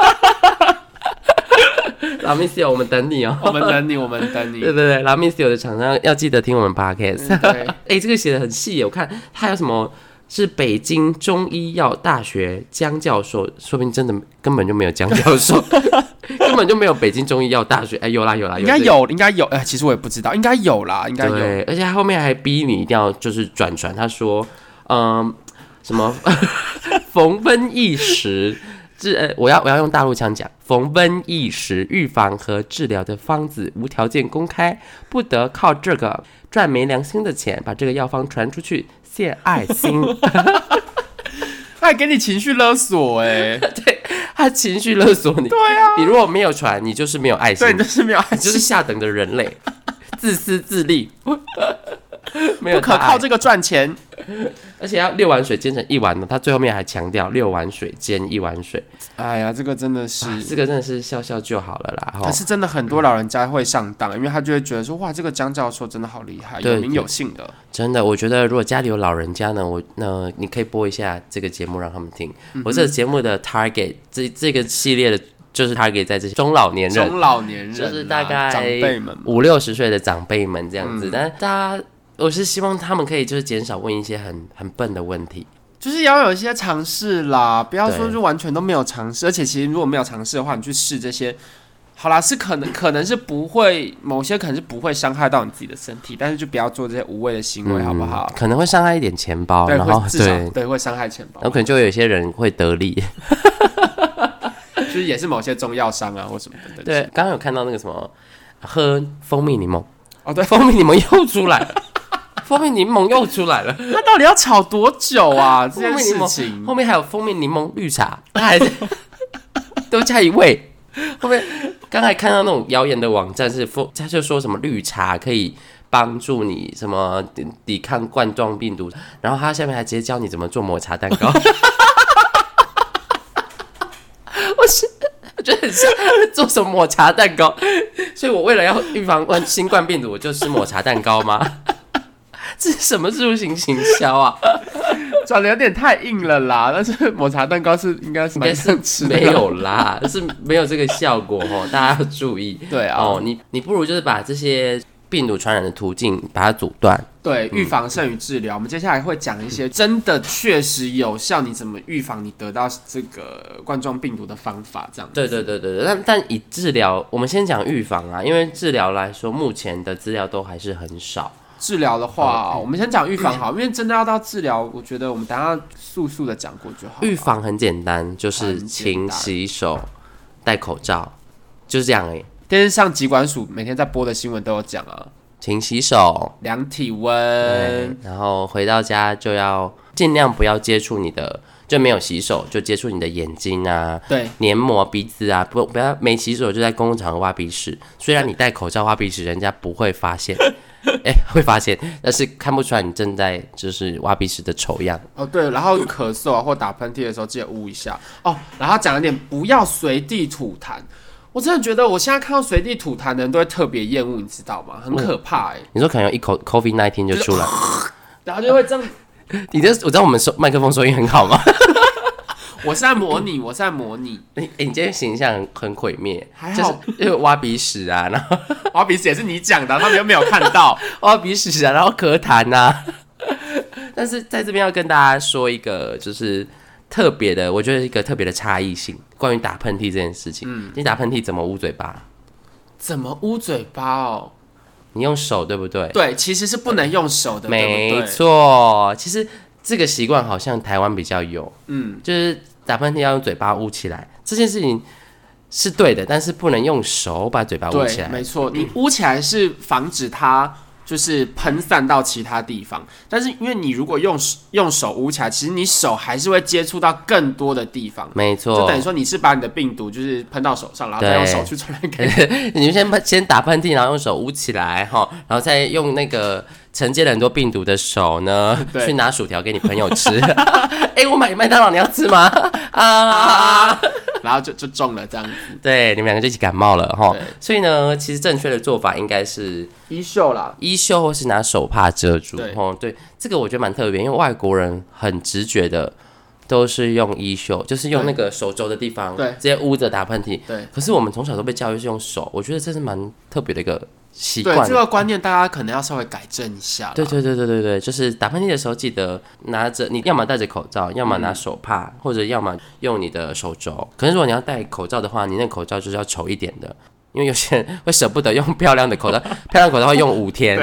拉米西欧，我们等你哦。
我们等你，我们等 你
对对。对，拉米西欧的厂商要记得听我们 podcast。
嗯对，
哎、这个写的很细耶，我看他有什么是北京中医药大学江教授，说不定真的根本就没有江教授， 根本就没有北京中医药大学。哎、有啦有啦，
应该
这个。
有，应该有，哎、其实我也不知道，应该有啦，应该有。
对，而且他后面还逼你一定要就是转传，他说，嗯，什么 逢瘟疫时。治呃，我要我要用大陆腔讲，逢瘟疫时预防和治疗的方子无条件公开，不得靠这个赚没良心的钱把这个药方传出去献爱 心。
他还给你情绪勒索、 哎，
他情绪勒索你，对啊，你如果没有传，你就是没有爱心
对，，你就是没有爱
你就是
心，
下等的人类，自私自 利，没有
不可
大爱
靠这个赚钱。
而且要六碗水煎成一碗呢，他最后面还强调六碗水煎一碗水，
哎呀，这个真的是。
这个真的是笑笑就好了啦。哈
可，啊是真的很多老人家会上当，因为他就会觉得说，哇，这个江教授真的好厉害，
对
有名有姓的。
真的，我觉得如果家里有老人家呢，我那你可以播一下这个节目让他们听。
嗯
我这个节目的 target 这这个系列的，就是 target 在这些中老年人
中老年人啊、
就是大概
长辈们嘛，
五六十岁的长辈们这样子，
嗯
但大家。我是希望他们可以就是减少问一些很很笨的问题，
就是要有一些尝试啦，不要说
对
就完全都没有尝试。而且其实如果没有尝试的话，你去试这些，好啦，是可能可能是不会，某些可能是不会伤害到你自己的身体，但是就不要做这些无谓的行为，好
嗯
不好？
可能会伤害一点钱包，
对，
然后
会至
对，
少
然
对会伤害钱包
后，可能就有一些人会得利，
就是也是某些中药商啊或什么的。
对，，刚刚有看到那个什么，喝蜂蜜柠檬，
哦对，
蜂蜜柠檬又出来了， 蜂蜜柠檬又出来了，
那到底要炒多久啊？这
蜂蜜
件
柠
事
檬
情
后面还有蜂蜜柠檬绿茶，它还是多加一味。后面刚才看到那种谣言的网站是蜂，他就说什么绿茶可以帮助你什么抵抵抗冠状病毒，然后他下面还直接教你怎么做抹茶蛋糕。像做什么抹茶蛋糕，所以我为了要预防冠新冠病毒，我就吃抹茶蛋糕吗？这是什么入行行销啊？
转的有点太硬了啦。但是抹茶蛋糕是应该是
应该
蛮
是
想吃的，
没有啦，是没有这个效果哦， 大家要注意。
对啊，
哦，你你不如就是把这些病毒传染的途径把它阻断。
对，预防胜于治疗。我们接下来会讲一些真的确实有效，你怎么预防你得到这个冠状病毒的方法，这样。
对对对对对，但但以治疗，我们先讲预防啊，因为治疗来说，目前的资料都还是很少。
治疗的话，我们先讲预防好，因嗯为真的要到治疗，我觉得我们等一下速速的讲过就好。
预，防很简单，就是
很简
勤
单
洗手、戴口罩，就是这样而已。
电视上疾管署每天在播的新闻都有讲啊，
勤洗手，
量体
嗯
温，，
然后回到家就要尽量不要接触你的，就没有洗手就接触你的眼睛啊、
对，
黏膜、鼻子啊，不不要没洗手就在公共场合挖鼻屎。虽然你戴口罩挖鼻屎，人家不会发现， 哎、会发现，但是看不出来你正在就是挖鼻屎的丑样。
哦对，然后咳嗽啊或打喷嚏的时候记得捂一下哦。然后讲一点，不要随地吐痰。我真的觉得我现在看到随地吐痰的人都会特别厌恶，你知道吗？很可怕哎、
你说可能有一口 COVID nineteen 就出来，
然后就会这样。
你这我知道我们收麦克风收音很好吗？
我是在模拟，我是在模拟。
你、欸你今天形象很很毁灭，
还
就是
好
因为挖鼻屎啊，然后
挖鼻屎也是你讲的啊，他们又没有看到。
挖鼻屎啊，然后咳痰呐、啊。 但是在这边要跟大家说一个，就是特别的，我觉得一个特别的差异性，关于打喷嚏这件事情。你打喷嚏怎么捂嘴巴？
怎么捂嘴巴哦？
你用手对不对？
对，其实是不能用手的，对不
没
对？
错，其实这个习惯好像台湾比较有，
嗯，
就是打喷嚏要用嘴巴捂起来，这件事情是对的，但是不能用手把嘴巴捂起
对，
来。
没错，你捂起来是防止它就是喷散到其他地方，但是因为你如果用手用手捂起来，其实你手还是会接触到更多的地方。
没
就
错
等于，说你是把你的病毒就是喷到手上，然后再
对
用手去传染给 你。
你就先喷先打喷嚏，然后用手捂起来哈，然后再用那个承接了很多病毒的手呢，
对
去拿薯条给你朋友吃。 哎、我买麦当劳，你要吃 吗？啊，
然后就就中了这样子。
对，你们两个就一起感冒了哈
对。
所以呢，其实正确的做法应该是
衣袖啦，
衣袖或是拿手帕遮住。
对
哦，对，这个我觉得蛮特别，因为外国人很直觉的都是用衣袖，就是用那个手肘的地方，
对
直接捂着打喷嚏。
对
可是我们从小都被教育是用手，我觉得这是蛮特别的一个习
对
惯
这。个观念大家可能要稍微改正一下啦。
对对对对对对，就是打喷嚏的时候，记得拿着你要么戴着口罩，要么拿手帕，或者要么用你的手肘。可是如果你要戴口罩的话，你那口罩就是要丑一点的，因为有些人会舍不得用漂亮的口罩，漂亮的口罩会用五天。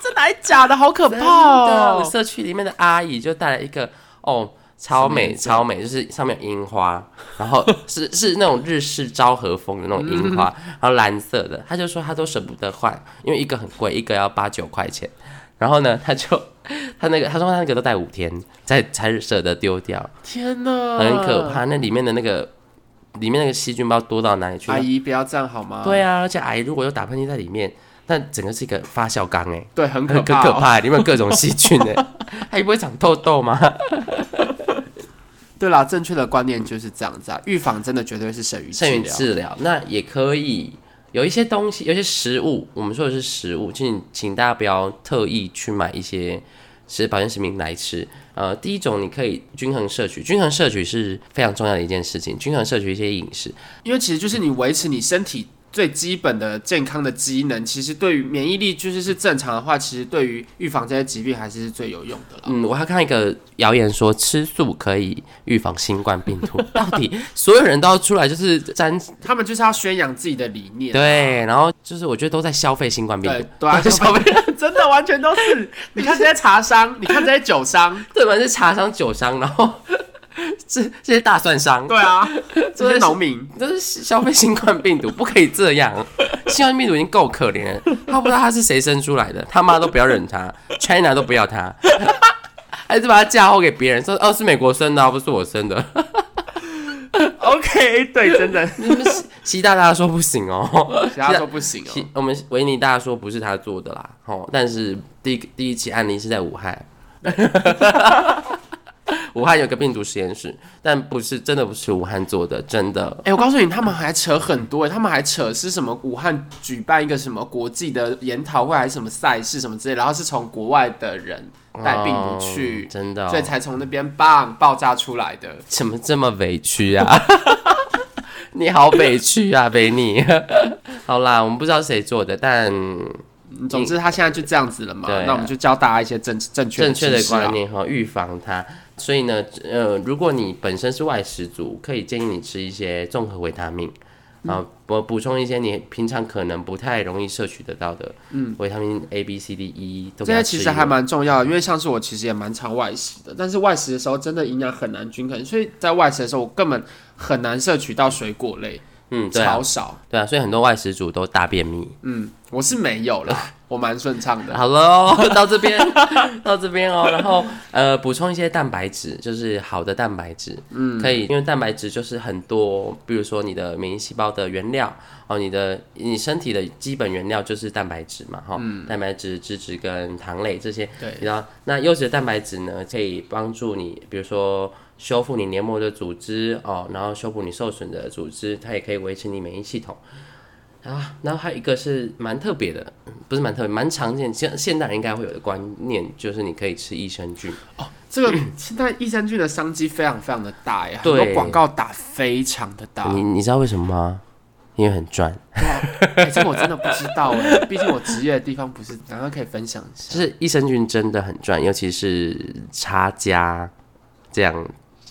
真的还假的？好可
真
怕
的，嗯啊我
哦！
社区里面的阿姨就带来一个哦，超美超美，就是上面有樱花， 然后是是那种日式昭和风的那种樱花，
嗯
然后蓝色的，她就说她都舍不得换，因为一个很贵，一个要八九块钱。然后呢，她 就她那个她说她那个都戴五天才才舍得丢掉，
天哪，
很可。怕。那里面的那个里面那个细菌包多到哪里去
阿？姨不要这样好吗？
对啊，而且阿姨如果有打喷嚏在里面，那整个是一个发酵缸哎、
对，很可
很
怕、哦，
可怕，里面有各种细菌欸 呢，它也不会长痘痘吗？
对啦，正确的观念就是这样子啊，预防真的绝对是胜于治
剩余
疗。
治疗那也可以，有一些东西，有一些食物，我们说的是食物，请请大家不要特意去买一些食保健食品来吃。呃，第一种你可以均衡摄取，均衡摄取是非常重要的一件事情，均衡摄取一些饮食，
因为其实就是你维持你身体最基本的健康的机能，其实对于免疫力就是是正常的话，其实对于预防这些疾病还是最有用的啦。
嗯，我还看到一个谣言说吃素可以预防新冠病毒，到底所有人都要出来就是沾
嗯他们就是要宣扬自己的理念。
对，然后就是我觉得都在消费新冠病毒
对，对啊，就小朋友 真的完全都是，你看这些茶商，你看这些酒 商，
对吧？是茶商、酒商，然后 这这些大蒜商，
对啊，这
真的
些
是
农民，
都是消费新冠病毒，不可以这样。新冠病毒已经够可怜了，他不知道他是谁生出来的，他妈都不要忍他，China 都不要他，还是把他嫁祸给别人，说哦是美国生的啊，不是我生的。
OK，对，真的，
你们习习大大说不行哦，
其他说不行哦
习。我们维尼大说不是他做的啦，哦，但是第一第一起案例是在武汉。 武汉有个病毒实验室，但不是真的不是武汉做的，真的。
哎、我告诉你，他们还扯很多、欸，他们还扯是什么？武汉举办一个什么国际的研讨会，还是什么赛事什么之类，然后是从国外的人带病毒
哦
去，
真的哦、
所以才从那边棒爆炸出来的。
怎么这么委屈啊？ 你好委屈啊，维尼。 好啦，我们不知道谁做的，但
嗯总之，他现在就这样子了嘛，
对啊
那我们就教大家一些正正确
正确的
知识啊
观。念哈，预防它。所以呢，呃，如果你本身是外食族，可以建议你吃一些综合维他命，啊、
嗯
我补充一些你平常可能不太容易摄取得到的，嗯，维他命 A、B、C、D、E 都给
这些
它吃
其
一
实
点。
还蛮重要的，因为像是我其实也蛮常外食的，但是外食的时候真的营养很难均衡，所以在外食的时候我根本很难摄取到水果类，
嗯，对啊
超，少。
对啊，所以很多外食族都大便秘。
嗯，我是没有 啦，我蛮顺畅的。
好了哦， 到这边，到这边哦，然后呃，补充一些蛋白质，就是好的蛋白质，嗯，可以，因为蛋白质就是很多，比如说你的免疫细胞的原料哦，你的你身体的基本原料就是蛋白质嘛，哈、蛋白质、脂质跟糖类这些，
对，
然后那优质的蛋白质呢，可以帮助你，比如说修复你黏膜的组织哦，然后修补你受损的组织，它也可以维持你免疫系统。啊，然后还有一个是蛮特别的，不是蛮特别，蛮常见，现现代人应该会有的观念，就是你可以吃益生菌。
这个现在益生菌的商机非常非常的大呀，很
对嗯
多广告打非常的大。
你你知道为什么吗？因为很赚，
哎、这个我真的不知道哎，毕竟我职业的地方不是，难道可以分享一下？
就是益生菌真的很赚，尤其是差价这样，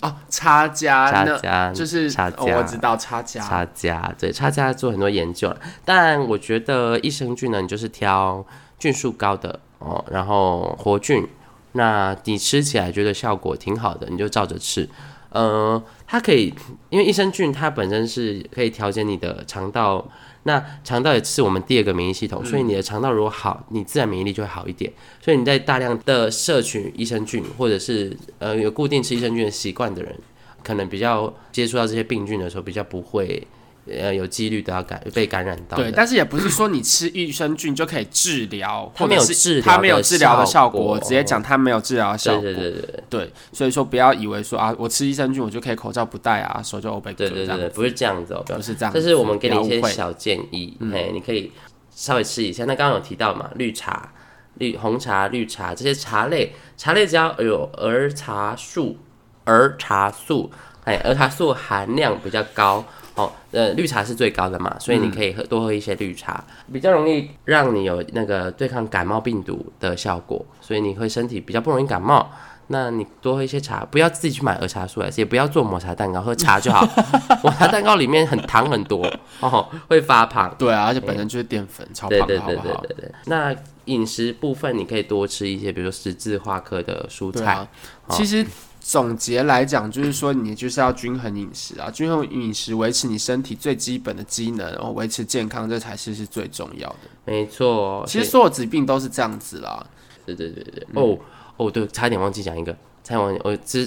哦，差价
差
那
价
就是
差
哦
价，
我知道差价，
差价，对差价做很多研究了。但我觉得益生菌呢，你就是挑菌数高的哦，然后活菌，那你吃起来觉得效果挺好的，你就照着吃。呃，它可以，因为益生菌它本身是可以调节你的肠道，那肠道也是我们第二个免疫系
嗯
统，所以你的肠道如果好，你自然免疫力就会好一点。所以你在大量的摄取益生菌，或者是呃有固定吃益生菌的习惯的人，可能比较接触到这些病菌的时候，比较不会呃有几率的要感被感染到的。
对，但是也不是说你吃益生菌就可以治疗，
它
或
没
者
有
是
治疗的
它没有治疗的效果。
效果
我直接讲它没有治疗的效果，
对对对对
对所以说不要以为说啊，我吃益生菌我就可以口罩不戴啊，手就 O 背
对对对对，不是这样子哦，不要
不是这样子。
这是我们给你一
不要
些
误会嗯
小建议，哎，你可以稍微吃一下。那刚刚有提到嘛，绿茶、绿红茶、绿茶这些茶类，茶类只要有儿茶素、儿茶素，哎，儿茶素含量比较高。哦，呃，绿茶是最高的嘛，所以你可以喝、多喝一些绿茶，比较容易让你有那个对抗感冒病毒的效果，所以你会身体比较不容易感冒。那你多喝一些茶，不要自己去买儿茶素来吃，也不要做抹茶蛋糕，喝茶就好。 抹茶蛋糕里面很糖很多 哦，会发胖。
对啊，而且本身就是淀粉，超
对嗯
胖
对
的好
对
不
对
好？
对对。那饮食部分，你可以多吃一些，比如说十字花科的蔬
对
菜。
啊，其实。总结来讲，就是说你就是要均衡饮食啊，均衡饮食维持你身体最基本的机能，然后维持健康，这才是是最重要的。
没错，
其实嗯所有疾病都是这样子啦，
对对对对。哦哦，对，差点忘记讲一个，差点忘记，我之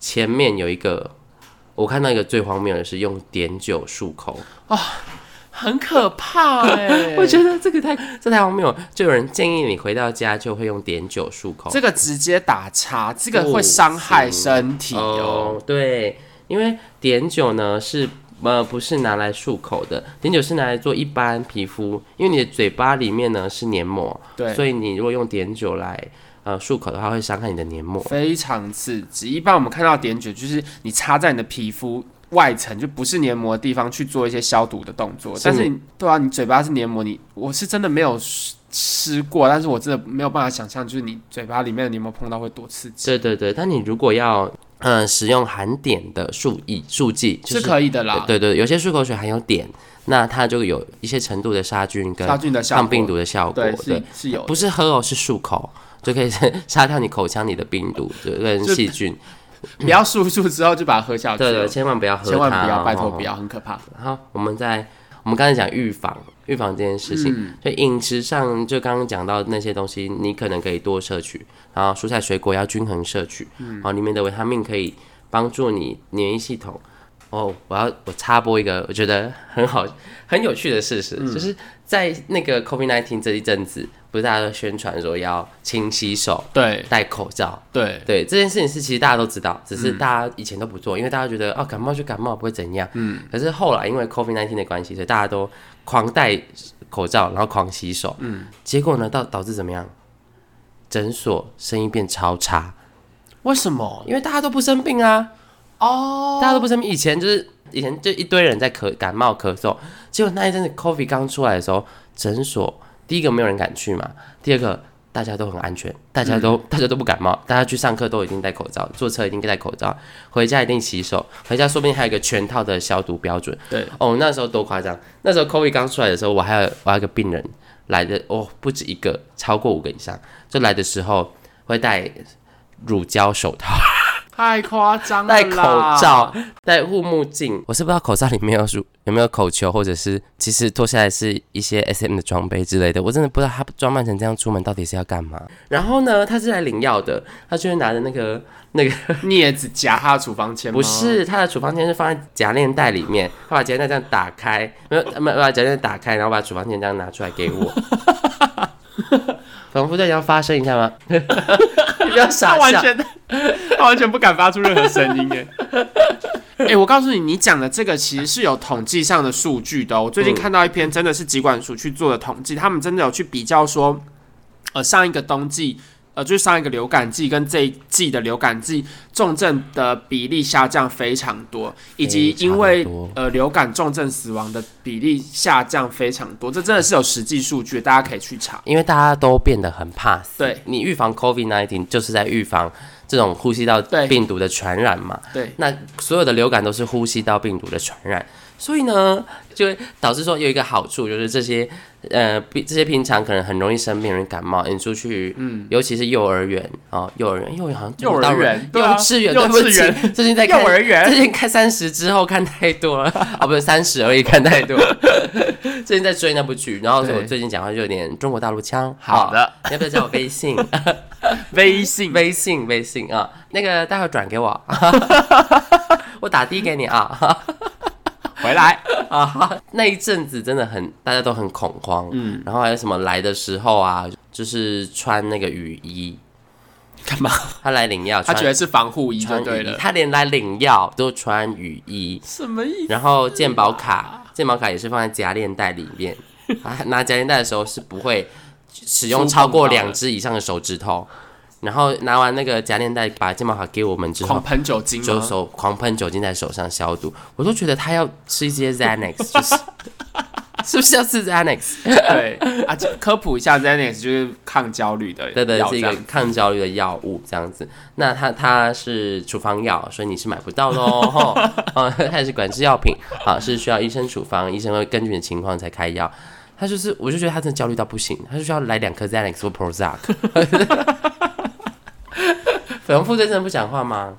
前面有一个，我看到一个最荒谬的是用碘酒漱口。
很可怕哎、
我觉得这个太这太荒谬了，就有人建议你回到家就会用碘酒漱口。
这个直接打叉，这个会伤害身体哦。
哦，对，因为碘酒呢是呃不是拿来漱口的，碘酒是拿来做一般皮肤，因为你的嘴巴里面呢是黏膜，
对，
所以你如果用碘酒来呃漱口的话，会伤害你的黏膜。
非常刺激。一般我们看到碘酒，就是你插在你的皮肤外层，就不是黏膜的地方去做一些消毒的动作。
是
但是你对啊，你嘴巴是黏膜，你我是真的没有吃吃过，但是我真的没有办法想象，就是你嘴巴里面的黏膜碰到会多刺激。
对对对，但你如果要嗯、呃使用含碘的漱液漱剂，就是
是可以的啦，
对对，对有些漱口水含有碘，那它就有一些程度的杀菌跟
杀菌的效果
抗病毒的效果。
对
对
是，是有的
不是喝哦，是漱口就可以 杀掉你口腔里的病毒对跟
就
细菌。
不要漱漱之后就把它喝下去
对
哦，
对，千万不要喝它、哦，
千万不要，拜托不
要。
要，很可怕。
好，我们在我们刚才讲预防，预防这件事情，
嗯
所以饮食上就刚刚讲到那些东西，你可能可以多摄取，然后
嗯
哦蔬菜水果要均衡摄取，然后里面的维他命可以帮助你免疫系统。哦，我要我插播一个我觉得很好很有趣的事实，
嗯
就是在那个 COVID-19 这一阵子，不是大家都宣传说要勤洗手、
对
戴口罩，
对
对嗯这件事情是其实大家都知道，只是大家以前都不做，因为大家觉得哦感冒就感冒不会怎样，嗯，可是后来因为 COVID 1 9的关系，所以大家都狂戴口罩，然后狂洗手，嗯，结果呢导导致怎么样？诊所生意变超差，
为什么？
哦因为大家都不生病啊，
哦，
大家都不生病。以前就是以前就一堆人在咳感冒咳嗽，结果那一阵子 COVID 刚出来的时候，诊所第一个没有人敢去嘛，第二个大家都很安全，大家
嗯
都、大家都不感冒，大家去上课都一定戴口罩，坐车一定戴口罩，回家一定洗手，回家说不定还有一个全套的消毒标准。
对
哦，那时候多夸张！那时候 COVID 刚出来的时候，我还有我还有一个病人来的哦，不止一个，超过五个以上，就来的时候会戴乳胶手套。
太夸张 了，
戴口，罩、戴护目镜。我是不知道口罩里面有属有没有口球，或者是其实脱下来是一些 S M 的装备之类的。我真的不知道他装扮成这样出门到底是要干嘛。然后呢，他是来领药的，他居然拿着那个那个
镊子夹他的处方签吗？
不，是他的处方签是放在夹链袋里面，他把夹链袋这样打开，没有 没有把夹链袋打开，然后把处方签这样拿出来给 我。仿佛在要发声一下吗？你不要
他
傻
完
笑。
全他完全不敢发出任何声 音哎。哎、我告诉你，你讲的这个其实是有统计上的数据的哦、我最近看到一篇真的是疾管署去做的统计，他们真的有去比较说，呃，上一个冬季，呃，就是上一个流感季跟这一季的流感季重症的比例下降非常多，以及因
非
为
常多
呃流感重症死亡的比例下降非常多，这真的是有实际数据，大家可以去查。
因为大家都变得很怕死。
对，
你预防 COVID-19 就是在预防这种呼吸道
对
病毒的传染嘛。
对，
那所有的流感都是呼吸道病毒的传染，所以呢，就会导致说有一个好处，就是这些呃，比这些平常可能很容易生病、容易感冒，你出去，嗯，尤其是幼儿园啊、哦，幼儿园，幼儿园好像
幼儿园
幼
对啊
稚园，
幼
对不
稚园
起，最近在
幼
看
儿园
最近看三十之后看太多了，啊，不是三十而已看太多 了。最近在追那部剧，然后所以我
对
最近讲话就有点中国大陆腔。
好的
你 要不要加我微信？
微信
微信，微信啊，那个待会儿转给我， 我打的给你啊。
回来，
啊，那一阵子真的很，大家都很恐慌，嗯，然后还有什么来的时候啊，就是穿那个雨衣，
干嘛？
他来领药，
他
穿
觉得是防护衣就
穿
对
雨衣，
了。
他连来领药都穿雨衣，
什么意思？
然后健保卡，健保卡也是放在夹链袋里面。啊，拿夹链袋的时候是不会使用超过两只以上的手指头。然后拿完那个夹链袋，把健保卡给我们之
狂
后，
喷酒精
就
吗？
手狂喷酒精在手上消毒。我都觉得他要吃一些 Xanax，就是 是不是要吃 Xanax？
对啊，这科普一下，Xanax 就是抗焦虑的
对对，
药
是一
这样
个抗焦虑的药物这样子。那它它是处方药，所以你是买不到的 哦。 吼啊，它也是管制药品，啊，是需要医生处方，医生会根据你的情况才开药。他就是，我就觉得他真的焦虑到不行，他就需要来两颗 Xanax 或 Prozac。粉红副队真的不讲话吗？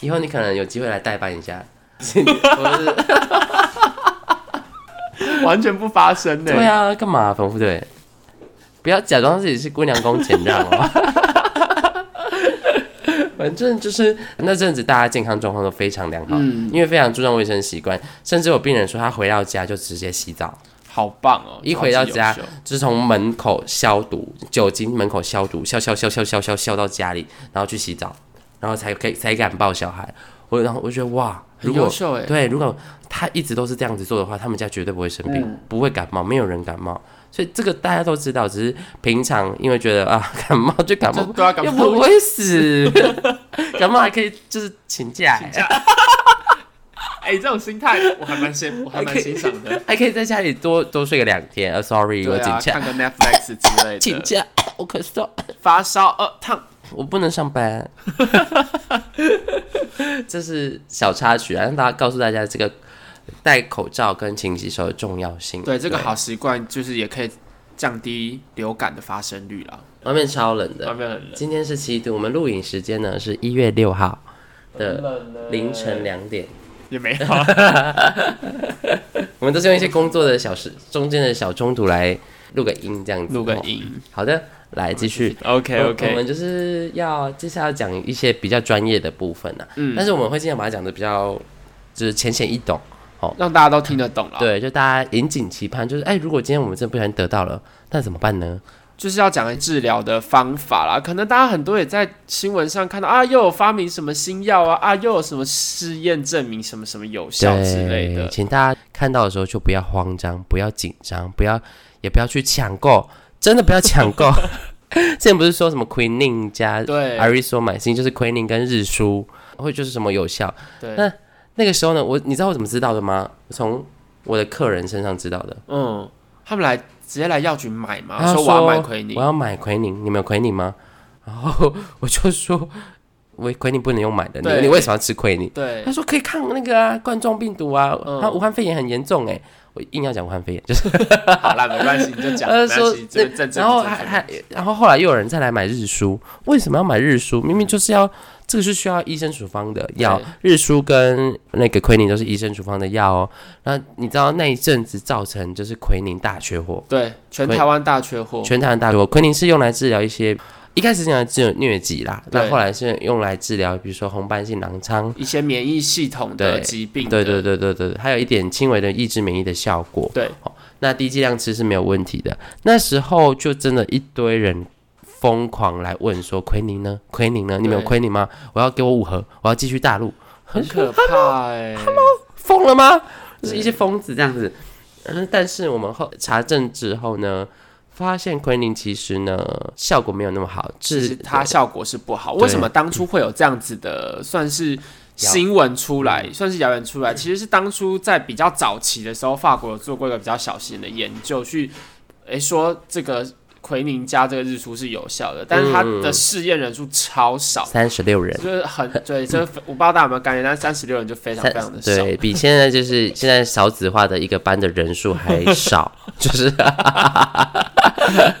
以后你可能有机会来代班一下。 我是
完全不发生
对
的。
啊，干嘛反复对？不要假装自己是姑娘宫前让哦。反正就是那阵子，大家健康状况都非常良好，因为非常注重卫生习惯，甚至有病人说他回到家就直接洗澡，
好棒哦！
一回到家
超级优秀
就是从门口消毒，酒精门口消毒，消消消消消消消到家里，然后去洗澡，然后才可以才敢抱小孩。我然后我就觉得哇，如
很
果
优秀哎，
对，如果他一直都是这样子做的话，他们家绝对不会生病，不会感冒，没有人感冒。所以这个大家都知道，只是平常因为觉得啊 感冒就感
就
冒，
对啊，感
又不
冒
会 死，感冒还可以就是请假，
哎，这种心态我还蛮 欣，我还蛮欣赏 的。
还可以在家里多多睡个两天。呃、s o r r y 我
对
请
啊，
假，
看个 Netflix 之类
请
的。
假， 我咳嗽，
发烧呃烫，
我不能上 班。这是小插曲啊，让大家告诉大家这个戴口罩跟勤洗手的重要性。
对这个好习惯就是也可以降低流感的发生率啦。
外面超冷的
外，面很冷，
今天是七度，我们录影时间呢是一月六号的
冷
凌晨两点。
也没 有啊。
我们都是用一些工作的小时中间的小中途来录个音，这样子。
录个
哦。
音哎
好的，来继续。
，OK
我我们
嗯
就是要接下来讲一些比较专业的部分啊，但是我们会尽量把它讲的比较就是浅显易懂。
让大家都听得懂了。，
对，就大家引颈期盼，就是哎、如果今天我们真的不小心得到了，那怎么办呢？
就是要讲治疗的方法啦。可能大家很多也在新闻上看到啊，又有发明什么新药啊，啊，又有什么试验证明什么什么有效
对，
之类的。
请大家看到的时候就不要慌张，不要紧张，不要也不要去抢购，真的不要抢 购。之前不是说什么 Queening 加
对
a r i s o m y c i n 就是 Queening 跟日舒，会就是什么有效。
对，
那那个时候呢，我你知道我怎么知道的吗？我从我的客人身上知道的。
嗯，他们来直接来药局买嘛，
他
说
说
我要买奎宁
我，要买奎宁，你们有奎宁吗？然后 我就说，我奎宁不能用买的，
对
你你为什么要吃奎宁？
对
他，说可以抗那个啊，冠状病毒啊，
嗯
他武汉肺炎很严重哎、我硬要讲武汉肺炎，就是
好啦，没关系，你就 讲，
他
没
就说
关系，这
那
正正
然后
正
还还然后后来又有人再来买日舒，为什么要买日舒？明明就是要这个是需要医生处方的药，日舒跟那个奎宁都是医生处方的药哦。那你知道那一阵子造成就是奎宁大缺货，
对，全台湾大缺货，
全台湾大流。昆宁是用来治疗一些，一开始是用来治疗疟疾啦，
对
那后来是用来治疗，比如说红斑性狼疮，
一些免疫系统的
对
疾病，
对对，对对对，还有一点轻微的抑制免疫的效果。
对
哦，那低剂量吃是没有问题的。那时候就真的一堆人疯狂来问说：“奎宁呢？奎宁呢？你们有
对
奎宁吗？我要给我五盒，我要寄去大陆。”
很可怕哎，
疯了吗？就是一些疯子这样子。嗯，但是我们后查证之后呢，发现奎宁其实呢效果没有那么好，
其实
治
它效果是不好。
对
为什么当初会有这样子的算是新闻出来，算是谣言出来？其实是当初在比较早期的时候，法国有做过一个比较小型的研究，去诶说这个奎宁加这个日出是有效的，但是它的试验人数超少。
三十六人，
就是很对， 这我不知道大家有没有感觉，但三十六人就非常非常的少。
对比现在就是现在少子化的一个班的人数还少， 就是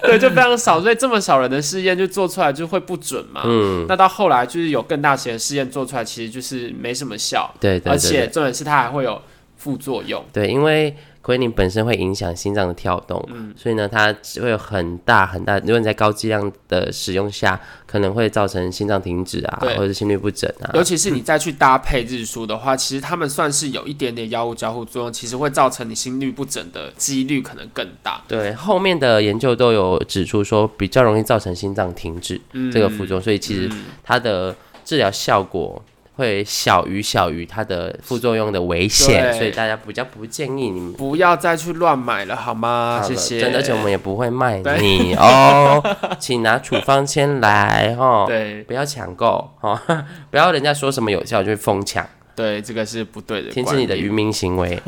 对，就非常少，所以这么少人的试验就做出来就会不准嘛。嗯，那到后来就是有更大型的试验做出来，其实就是没什么效，
对对对
而且重点是它还会有副作用。
对，因为奎宁本身会影响心脏的跳动，
嗯
所以呢，它会有很大很大。如果你在高剂量的使用下，可能会造成心脏停止啊，
对
或者心律不整啊。
尤其是你再去搭配日出的话，其实他们算是有一点点药物交互作用，其实会造成你心律不整的几率可能更大。
对，后面的研究都有指出说，比较容易造成心脏停止
嗯
这个副作用，所以其实它的治疗效果会小于小于它的副作用的危险，
对
所以大家比较不建议你们。
不要再去乱买了，好
好
吗？啊谢
了
谢。
真的，而且我们也不会卖
对
你哦， 请拿处方签来哈，
对
不要抢购哈， 不要人家说什么有效就去疯抢，
对，这个是不对的。
停止你的愚民行为。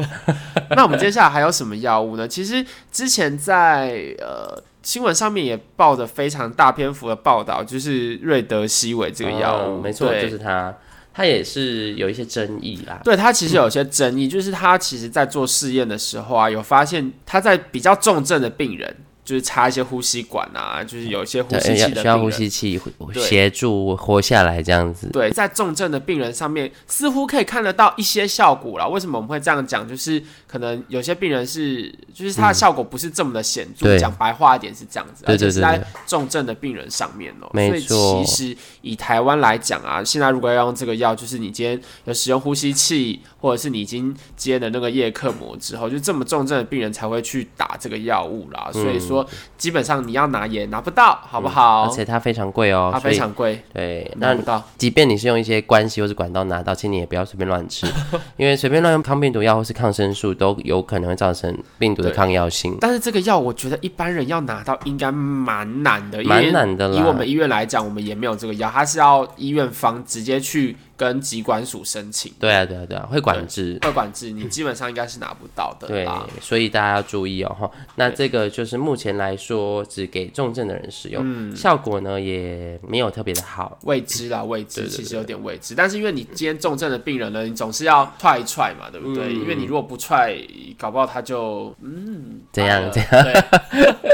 那我们接下来还有什么药物呢？其实之前在呃新闻上面也报的非常大篇幅的报道，就是瑞德西韦这个药物，
嗯没错，
对
就是它，它也是有一些争议啦。
对它其实有些争议，就是它其实在做试验的时候啊，有发现它在比较重症的病人，就是插一些呼吸管啊，就是有一些呼
对，
吸器
要
的
需要
病
呼
人。
吸器呼
对
协助活下来这样子。
对，在重症的病人上面，似乎可以看得到一些效果啦。为什么我们会这样讲？就是可能有些病人是，就是它的效果不是这么的显著。
对
讲、白话一点是这样子，
对
而且
对
是
对
在
对
重症的病人上面哦、
没
所以
错
其实以台湾来讲啊，现在如果要用这个药，就是你今天有使用呼吸器，或者是你已经接了那个叶克膜之后，就这么重症的病人才会去打这个药物啦。所以说，基本上你要拿也拿不到，好不好？
嗯而且它非常贵哦，
它
所
非
以
常嗯贵，
对。
拿
那
不到。
即便你是用一些关系或是管道拿到，请你也不要随便乱吃，因为随便乱用抗病毒药或是抗生素都有可能会造成病毒的
对
抗药性，
但是这个药，我觉得一般人要拿到应该蛮难的，因为
蛮难的
以我
啦
们。医院来讲，我们也没有这个药，它是要医院方直接去跟疾管署申请，
对啊，对啊，对啊，会管制。
二管制你基本上应该是拿不到的
对
啦。，
所以大家要注意哦哈。那这个就是目前来说只给重症的人使用，
嗯
效果呢也没有特别的好。
未知啦，未知
对对对
其实有点未知，但是因为你今天重症的病人呢，你总是要踹一踹嘛，对不对？
嗯
因为你如果不踹，搞不好他就
怎样？
怎样？对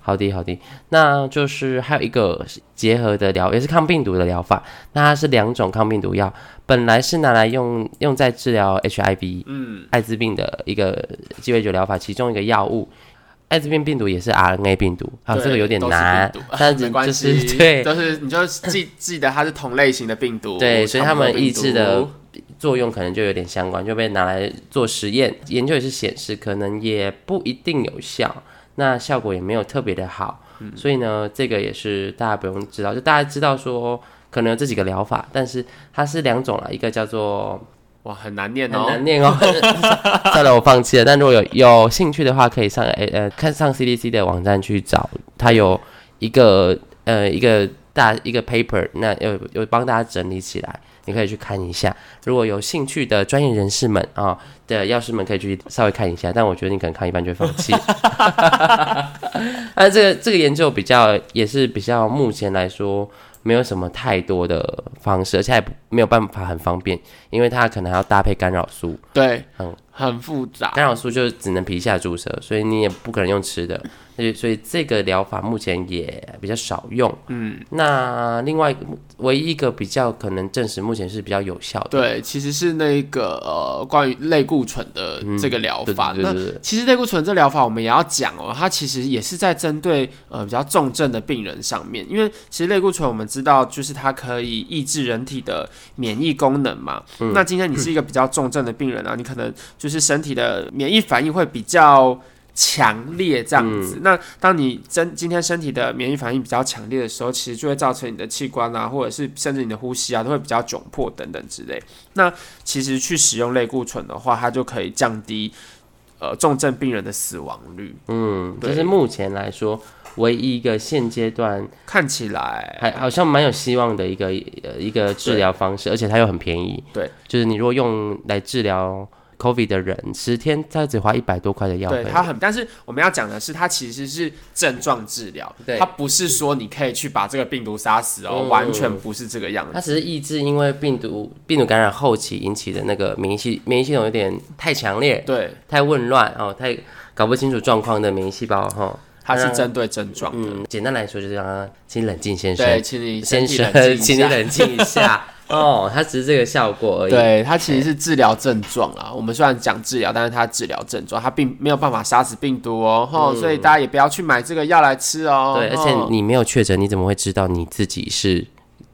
好的，好的，那就是还有一个是结合的疗，也是抗病毒的疗法。那它是两种抗病毒药，本来是拿来用用在治疗 HIV，嗯，艾滋病的一个鸡尾酒疗法，其中一个药物。艾滋病病毒也是 RNA 病毒，啊，
对
这个有点
都是
难
病毒，
但
没
是
关
就
系，
是对
就是你就记记得它是同类型的病毒，
对，所以
常
他
见
们
病
抑制
毒
的作用可能就有点相关，就被拿来做实验。研究也是显示，可能也不一定有效，那效果也没有特别的好。所以呢，这个也是大家不用知道，就大家知道说可能有这几个疗法，但是它是两种啦，一个叫做
哇，很难念
很
哦。
难念哦。 算了，我放弃了。但如果有有兴趣的话，可以上呃呃看上 CDC 的网站去找，它有一个呃一个大一个 paper，那有有帮大家整理起来，你可以去看一下。如果有兴趣的专业人士们啊、的药师们，可以去稍微看一下。但我觉得你可能看一半就会放弃。 那这个这个研究比较也是比较目前来说。没有什么太多的方式，而且也不没有办法很方便，因为它可能还要搭配干扰素，
对，
嗯
很复杂。
干扰素就只能皮下注射，所以你也不可能用吃的，所以所以这个疗法目前也比较少用。嗯，那另外唯一一个比较可能证实目前是比较有效的，
对，其实是那个呃，关于类固醇的这个疗
对
法。
嗯对
那
对对
其实类固醇这疗法我们也要讲哦，它其实也是在针对呃比较重症的病人上面，因为其实类固醇我们知道就是它可以抑制人体的免疫功能嘛。那今天你是一个比较重症的病人啊，你可能就是身体的免疫反应会比较。强烈这样子，那当你真今天身体的免疫反应比较强烈的时候，其实就会造成你的器官啊，或者是甚至你的呼吸啊，都会比较窘迫等等之类。那其实去使用类固醇的话，它就可以降低呃重症病人的死亡率。
嗯，
对
这是目前来说唯一一个现阶段
看起来，
还好像蛮有希望的一个呃一个治疗方式，而且它又很便宜。
对，
就是你如果用来治疗 COVID 的人，十天他只花一百多块的药
对
费。
它很，但是我们要讲的是，它其实是症状治疗，
对
它不是说你可以去把这个病毒杀死哦，
嗯
完全不是这个样子。
它只是抑制因为病毒病毒感染后期引起的那个免疫系免疫系统有点太强烈、
对，
太混乱哦，太搞不清楚状况的免疫细胞哈、哦。
它是针对症状的。
嗯，简单来说就是让它请冷静先
对，
生，
请你身
先
体
生，
冷静一
请你
下
冷静一 下哦，它只是这个效果而已。
对，它其实是治疗症状啊啦。我们虽然讲治疗，但是它治疗症状，它并没有办法杀死病毒哦。吼，所以大家也不要去买这个药来吃哦。
嗯对，而
吼
且你没有确诊，你怎么会知道你自己是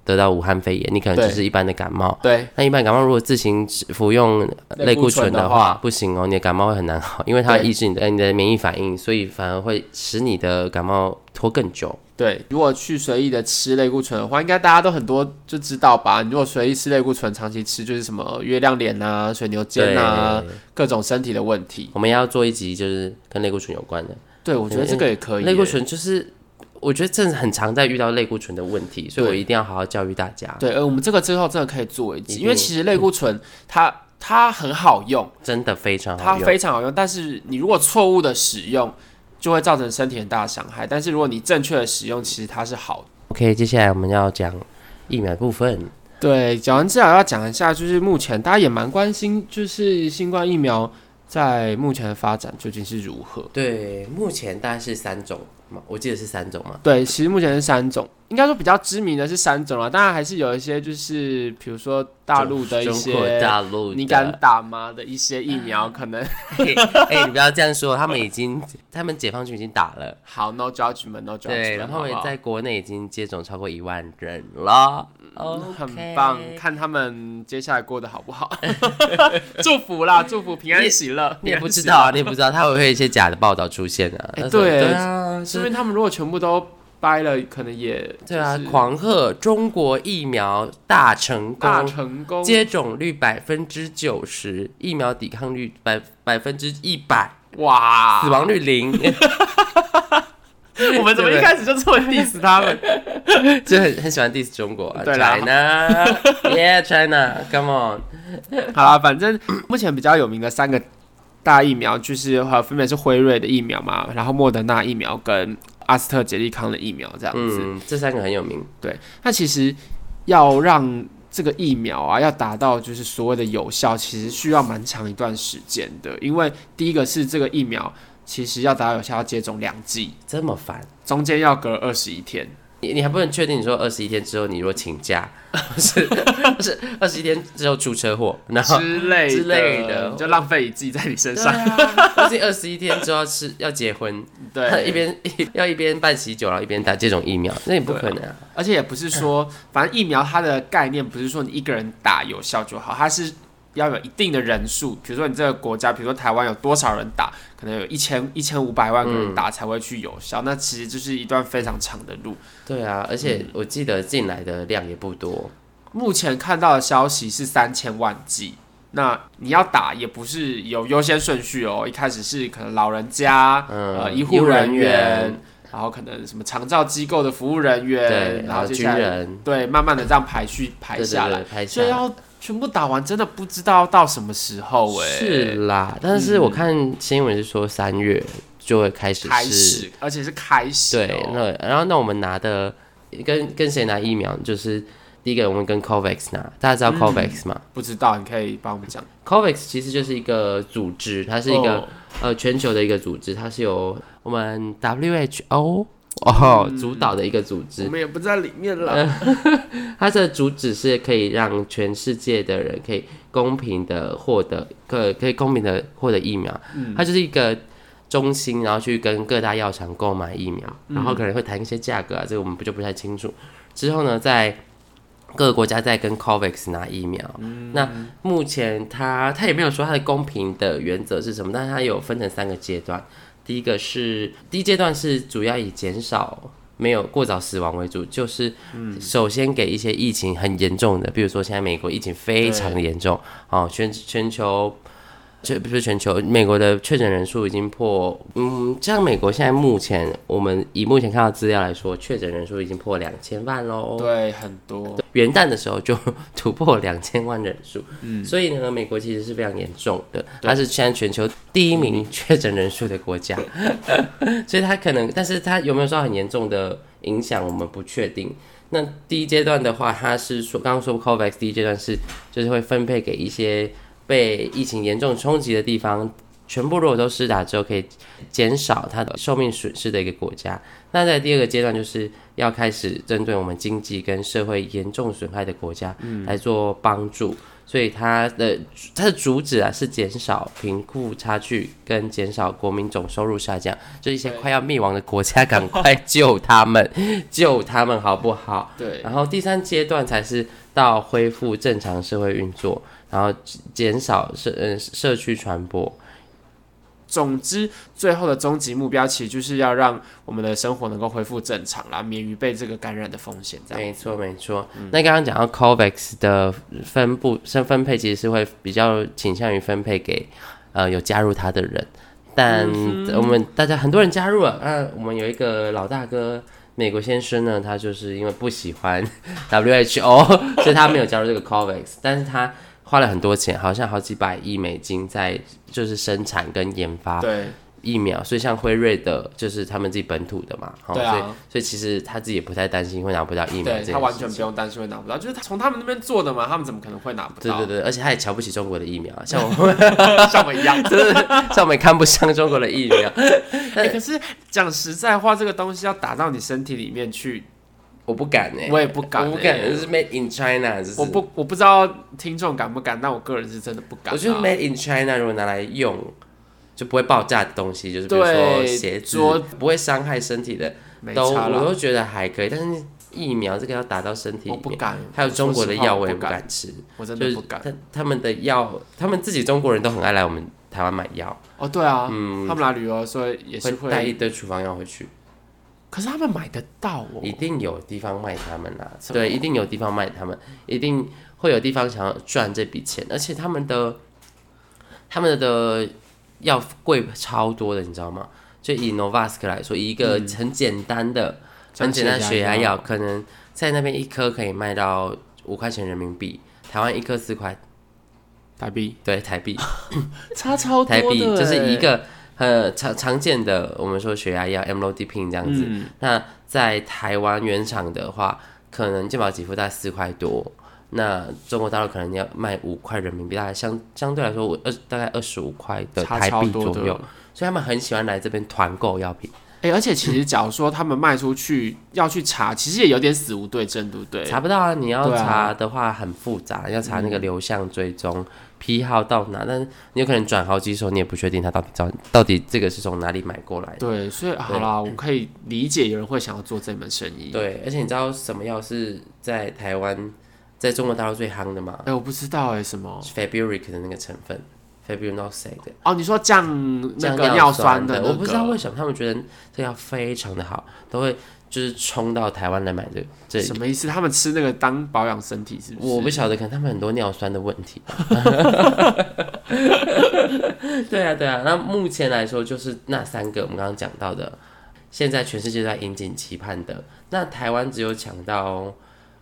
得到武汉肺炎？你可能
对
只是一般的感冒。
对，
那一般感冒如果自行服用呃
类
类
固
固
醇
醇
的
的话，
话
不行哦，你的感冒会很难好，因为它
对
抑制你的呃你的免疫反应，所以反而会使你的感冒拖更久。
对，如果去随意的吃类固醇的话，应该大家都很多就知道吧？你如果随意吃类固醇，长期吃就是什么月亮脸啊、水牛肩啊，各种身体的问题。
我们要做一集就是跟类固醇有关的。
对，我觉得这个也可以耶。
类固醇就是，我觉得真的很常在遇到类固醇的问题，所以我一定要好好教育大家。
对，呃，我们这个之后真的可以做一
一
集，
定
因为其实类固醇它它很好用，
真的非常
它
好用。
非常好用，但是你如果错误的使用，就会造成身体很大的伤害。但是如果你正确的使用，其实它是好的。
OK，接下来我们要讲疫苗的部分。
对，讲完治疗要讲一下，就是目前大家也蛮关心，就是新冠疫苗在目前的发展究竟是如何。
对，目前大概是三种嘛，我记得是三种嘛。
对，其实目前是三种，应该说比较知名的是三种啦，当然还是有一些就是，比如说大陆的一
中国
些，
大陆的，
你敢打吗的一些疫苗，可能
嘿？哎、你不要这样说，他们已经，他们解放军已经打了，
好，no judgment，no judgment，
对，然后
好不
也
好
在国内已经接种超过一万人了，哦，
嗯很棒，看他们接下来过得好不好， 祝福啦，祝福平安喜乐。
你也不
平安喜
知
乐
道、啊，你也不知道，他会不会有一些假的报道出现啊？
哎
那时候
对
对啊，
是不
是，
是他们如果全部都掰了，可能也
对啊
就，是
狂贺中国疫苗大成功，
大成功，
接种率百分之九十，疫苗抵抗率百百分之一百，
哇
死！亡率零。
啊我们怎么一开始就这么 diss 他 们？
就很很喜欢 diss 中国、啊、
对啦
，China，Yeah China，Come on，
好啦，反正目前比较有名的三个大疫苗，就是呃，分别是辉瑞的疫苗嘛，然后莫德纳疫苗跟阿斯特捷利康的疫苗这样子。
嗯，这三个很有名，
对，那其实要让这个疫苗啊，要达到就是所谓的有效，其实需要蛮长一段时间的，因为第一个是这个疫苗其实要达到有效，要接种两剂，
这么烦，
中间要隔二十一天。
你你还不能确定，你说二十一天之后你若请假， 不是不是二十一天之后出车祸，然 后
之类
之类的
你 就浪费你自己在你身
对
上。
啊，而且二十一天之后是要结婚，一
对，
边一要一边办喜酒，然后一边打这种疫苗，那也不可能啊。
而且也不是
嗯
说，反正疫苗它的概念不是说你一个人打有效就好，它是要有一定的人数。比如说你这个国家，比如说台湾有多少人打，可能有一千一千五百万个
嗯
人打才会去有效。那其实就是一段非常长的路。
对啊，而且
嗯
我记得进来的量也不多，
目前看到的消息是三千万剂。那你要打也不是有优先顺序哦，一开始是可能老人家、
嗯
呃医
医
护
护人
人员
员，
然后可能什么长照机构的服务人
对
员，，
然
然
后
后接
军
下来
人
对慢慢的这样排序排下
对
来，
对对排下
所以
来。
要全部打完真的不知道到什么时候哎、
是啦，但
嗯
是我看新闻是说三月就会开始
开
是，
始，而且是开始、哦，
对，那然后那我们拿的跟跟谁拿疫苗，就是第一个我们跟 Covax 拿，大家
嗯
知道 Covax 吗、
不知道你可以帮我们讲，
c o v a x 其实就是一个组织，它是一个、
哦
呃全球的一个组织，它是由我们 WHO 哦主导的一个组织
我，们也不在里面
嗯
了，
它的主旨是可以让全世界的人可以公平的获得，可可以公平的获得疫苗。它就是一个中心，然后去跟各大药厂购买疫苗，然后可能会谈一些价格啊，这个我们不就不太清楚。之后呢，在各个国家再跟 COVAX 拿疫苗。那目前它它也没有说它的公平的原则是什么，但是它有分成三个阶段。第一个是第一阶段是主要以减少没有过早死亡为主，就是首先给一些疫情很严重的，比如说现在美国疫情非常的严重哦，全全球。这不是全球，美国的确诊人数已经破，嗯，像美国现在目前，我们以目前看到资料来说，确诊人数已经破两千万喽。
对，很多，
元旦的时候就 突破两千万人数，嗯，所以呢，美国其实是非常严重的，它是现在全球第一名确诊人数的国家， 所以它可能，但是它有没有受到很严重的影响，我们不确定。那第一阶段的话，它是说刚刚说 COVAX 第一阶段是就是会分配给一些被疫情严重冲击的地方，全部如果都施打之后，可以减少它的寿命损失的一个国家。那在第二个阶段，就是要开始针对我们经济跟社会严重损害的国家来做帮助。所以它的它的主旨啊是减少贫富差距跟减少国民总收入下降，就一些快要灭亡的国家，赶快救他们，救他们好不好？
对，
然后第三阶段才是到恢复正常社会运作，然后减少社呃社区传播。
总之，最后的终极目标其实就是要让我们的生活能够恢复正常啦，免于被这个感染的风险。这样，
没错没错。那刚刚讲到 COVAX 的分布分分配，其实是会比较倾向于分配给呃有加入它的人，但
嗯
我们大家很多人加入了，那、我们有一个老大哥。美国先生呢，他就是因为不喜欢 WHO，所以他 没有加入这个 COVAX，但是他花了很多钱，好像好几百亿美金在就是生产跟研发
对
疫苗，所以像辉瑞的，就是他们自己本土的嘛，好
对
所以
啊，
所以其实他自己也不太担心会拿不到疫苗这
对
件事
他完全不用担心会拿不到，就是他从他们那边做的嘛，他们怎么可能会拿不
对
到？
对对，而且他也瞧不起中国的疫苗， 像我们
对，像我一样。
像我们也看不上中国的疫苗，
哎、可是讲实在话，这个东西要打到你身体里面去，
我不敢哎、
我也不敢、
我不敢，
欸
就是 Made in China，就是
我不，我不知道听众敢不敢，但我个人是真的不敢、啊。
我觉得 Made in China 如果拿来用，就不会爆炸的东西，就是比如说
对
鞋子
桌，
不会伤害身体的，
没
都
差
我
了，
都觉得还可以，但是疫苗这个要打到身体
我
里
不
面。
敢。
还有中国的药，我
我
也
说实话
不，敢吃。
我真
就
的
是
不敢。
他他们的药，他们自己中国人都很爱来我们台湾买药，
哦，对啊，他们来旅游的时候也是
嗯会带一堆处方药回去，
可是他们买得到哦，
一定有地方卖他们啦、
什么
对，一定有地方卖他们，一定会有地方想要赚这笔钱，而且他们的他们的药贵超多的，你知道吗？就以 Novavax 来说，以一个很简单的、很简单的嗯血压药，可能在那边一颗可以卖到五块钱人民币，台湾一颗四块，
台币
对，台币。
差超多
台币，
的
就是一
欸
个呃常常见的我们说血压药 amlodipine 这样子。
嗯
那在台湾原厂的话，可能健保给付大概四块多，那中国大陆可能要卖五块人民币，大概相相对来呃说我二大概二十五块的
差
台
超
币
多
左
的
右，所以他们很喜欢来这边团购药品。
哎、而且其实假如说他们卖出去要去查，其实也有点死无对证，对不啊对？
查不到啊！你要
对啊
查的话很复杂，要查那个流向追踪、批号到哪，但你有可能转好几手，你也不确定它到底到到底这个是从哪里买过来的。
对，所以好
对
啦，我可以理解有人会想要做这门生意。，
对，而且你知道什么药是在台湾，在中国大陆最夯的吗
哎、我不知道哎、什么？
？Faburic 的那个成分 f a b u r i n o s i d
哦，你说降那
降
个
尿
尿酸的、
的，我不知道为什么他们觉得这药非常的好，都会就是冲到台湾来买的。这
什么意思？他们吃那个当保养身体是不是？
我不晓得，可能他们很多尿酸的问 题。对啊，对啊。那目前来说，就是那三个我们刚刚讲到的，现在全世界都在引颈期盼的。那台湾只有抢到，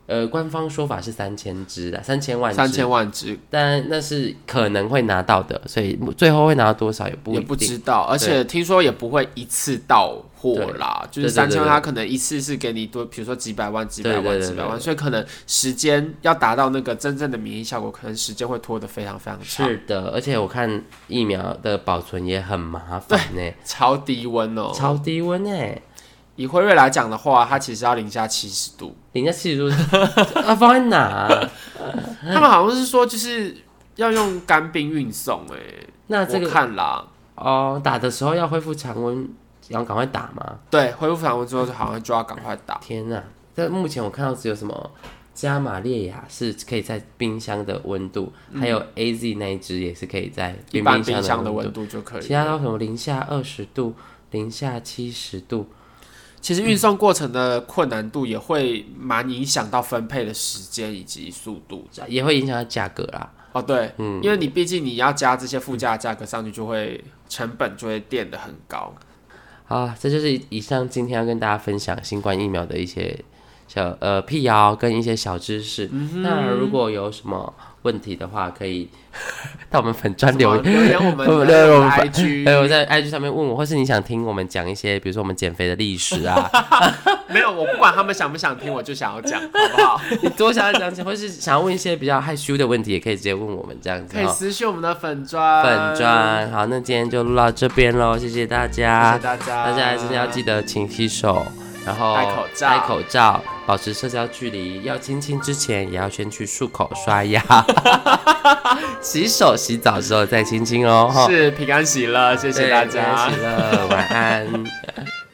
呃，官方说法是三千只啊，三千万只，
三千万只
但那是可能会拿到的，所以最后会拿到多少也不
也
一
不
定。
知道，而且听说也不会一次到货啦，就是
对对
三
对
千万，
对
他可能一次是给你多，比如说几百万、几百
对
万、
对对
几百
对
万，
对
所以可能时间要达到那个真正的免疫效果，可能时间会拖得非常非常长，
是的，而且我看疫苗的保存也很麻烦呢、
超低温哦。
超低温欸呢、
以辉瑞来讲的话，它其实要零下七十度，
人家七十度啊，放在哪啊、
他们好像是说就是要用干冰运送、欸，
那这
我
个
看啦，
哦，打的时候要恢复常温，然后赶快打吗？
对，恢复常温之后，好像就要赶快打。
天哪、但目前我看到只有什么加玛列亚是可以在冰箱的温度，还有 A Z 那一只也是可以在
嗯一
冰
般
箱
冰箱的
温
温度就可以
其。他都什么零下二十度、零下七十度，
其实运送过程的困难度也会蛮影响到分配的时间以及速度。
也会影响到价格啦。
哦，对，
嗯
因为你毕竟你要加这些附加价格上去，就会成本就会垫得很高。
好啊，这就是以上今天要跟大家分享新冠疫苗的一些小呃辟谣跟一些小知识。
嗯
那如果有什么问题的话，可以到我们粉专留
什
言
么。留言我们
留言
的
哎我们
IG，
还有在 IG 上面问我，或是你想听我们讲一些，比如说我们减肥的历史 啊，
没有，我不管他们想不想听，我就想要讲，好 不好？
你多想要讲解，或是想要问一些比较害羞的问题，也可以直接问我们这样子
可以
哈。
私讯我们的粉砖，
粉，砖，好，那今天就录到这边喽，谢谢大家，
谢谢大家，
大家还是要记得勤洗手，然后
戴口罩
戴口罩，保持社交距离。要亲亲之前，也要先去漱口、刷 牙、洗手、洗澡之后再亲亲哦。哈
是平安喜乐，谢
对
谢大
平安
家
喜。乐，晚安。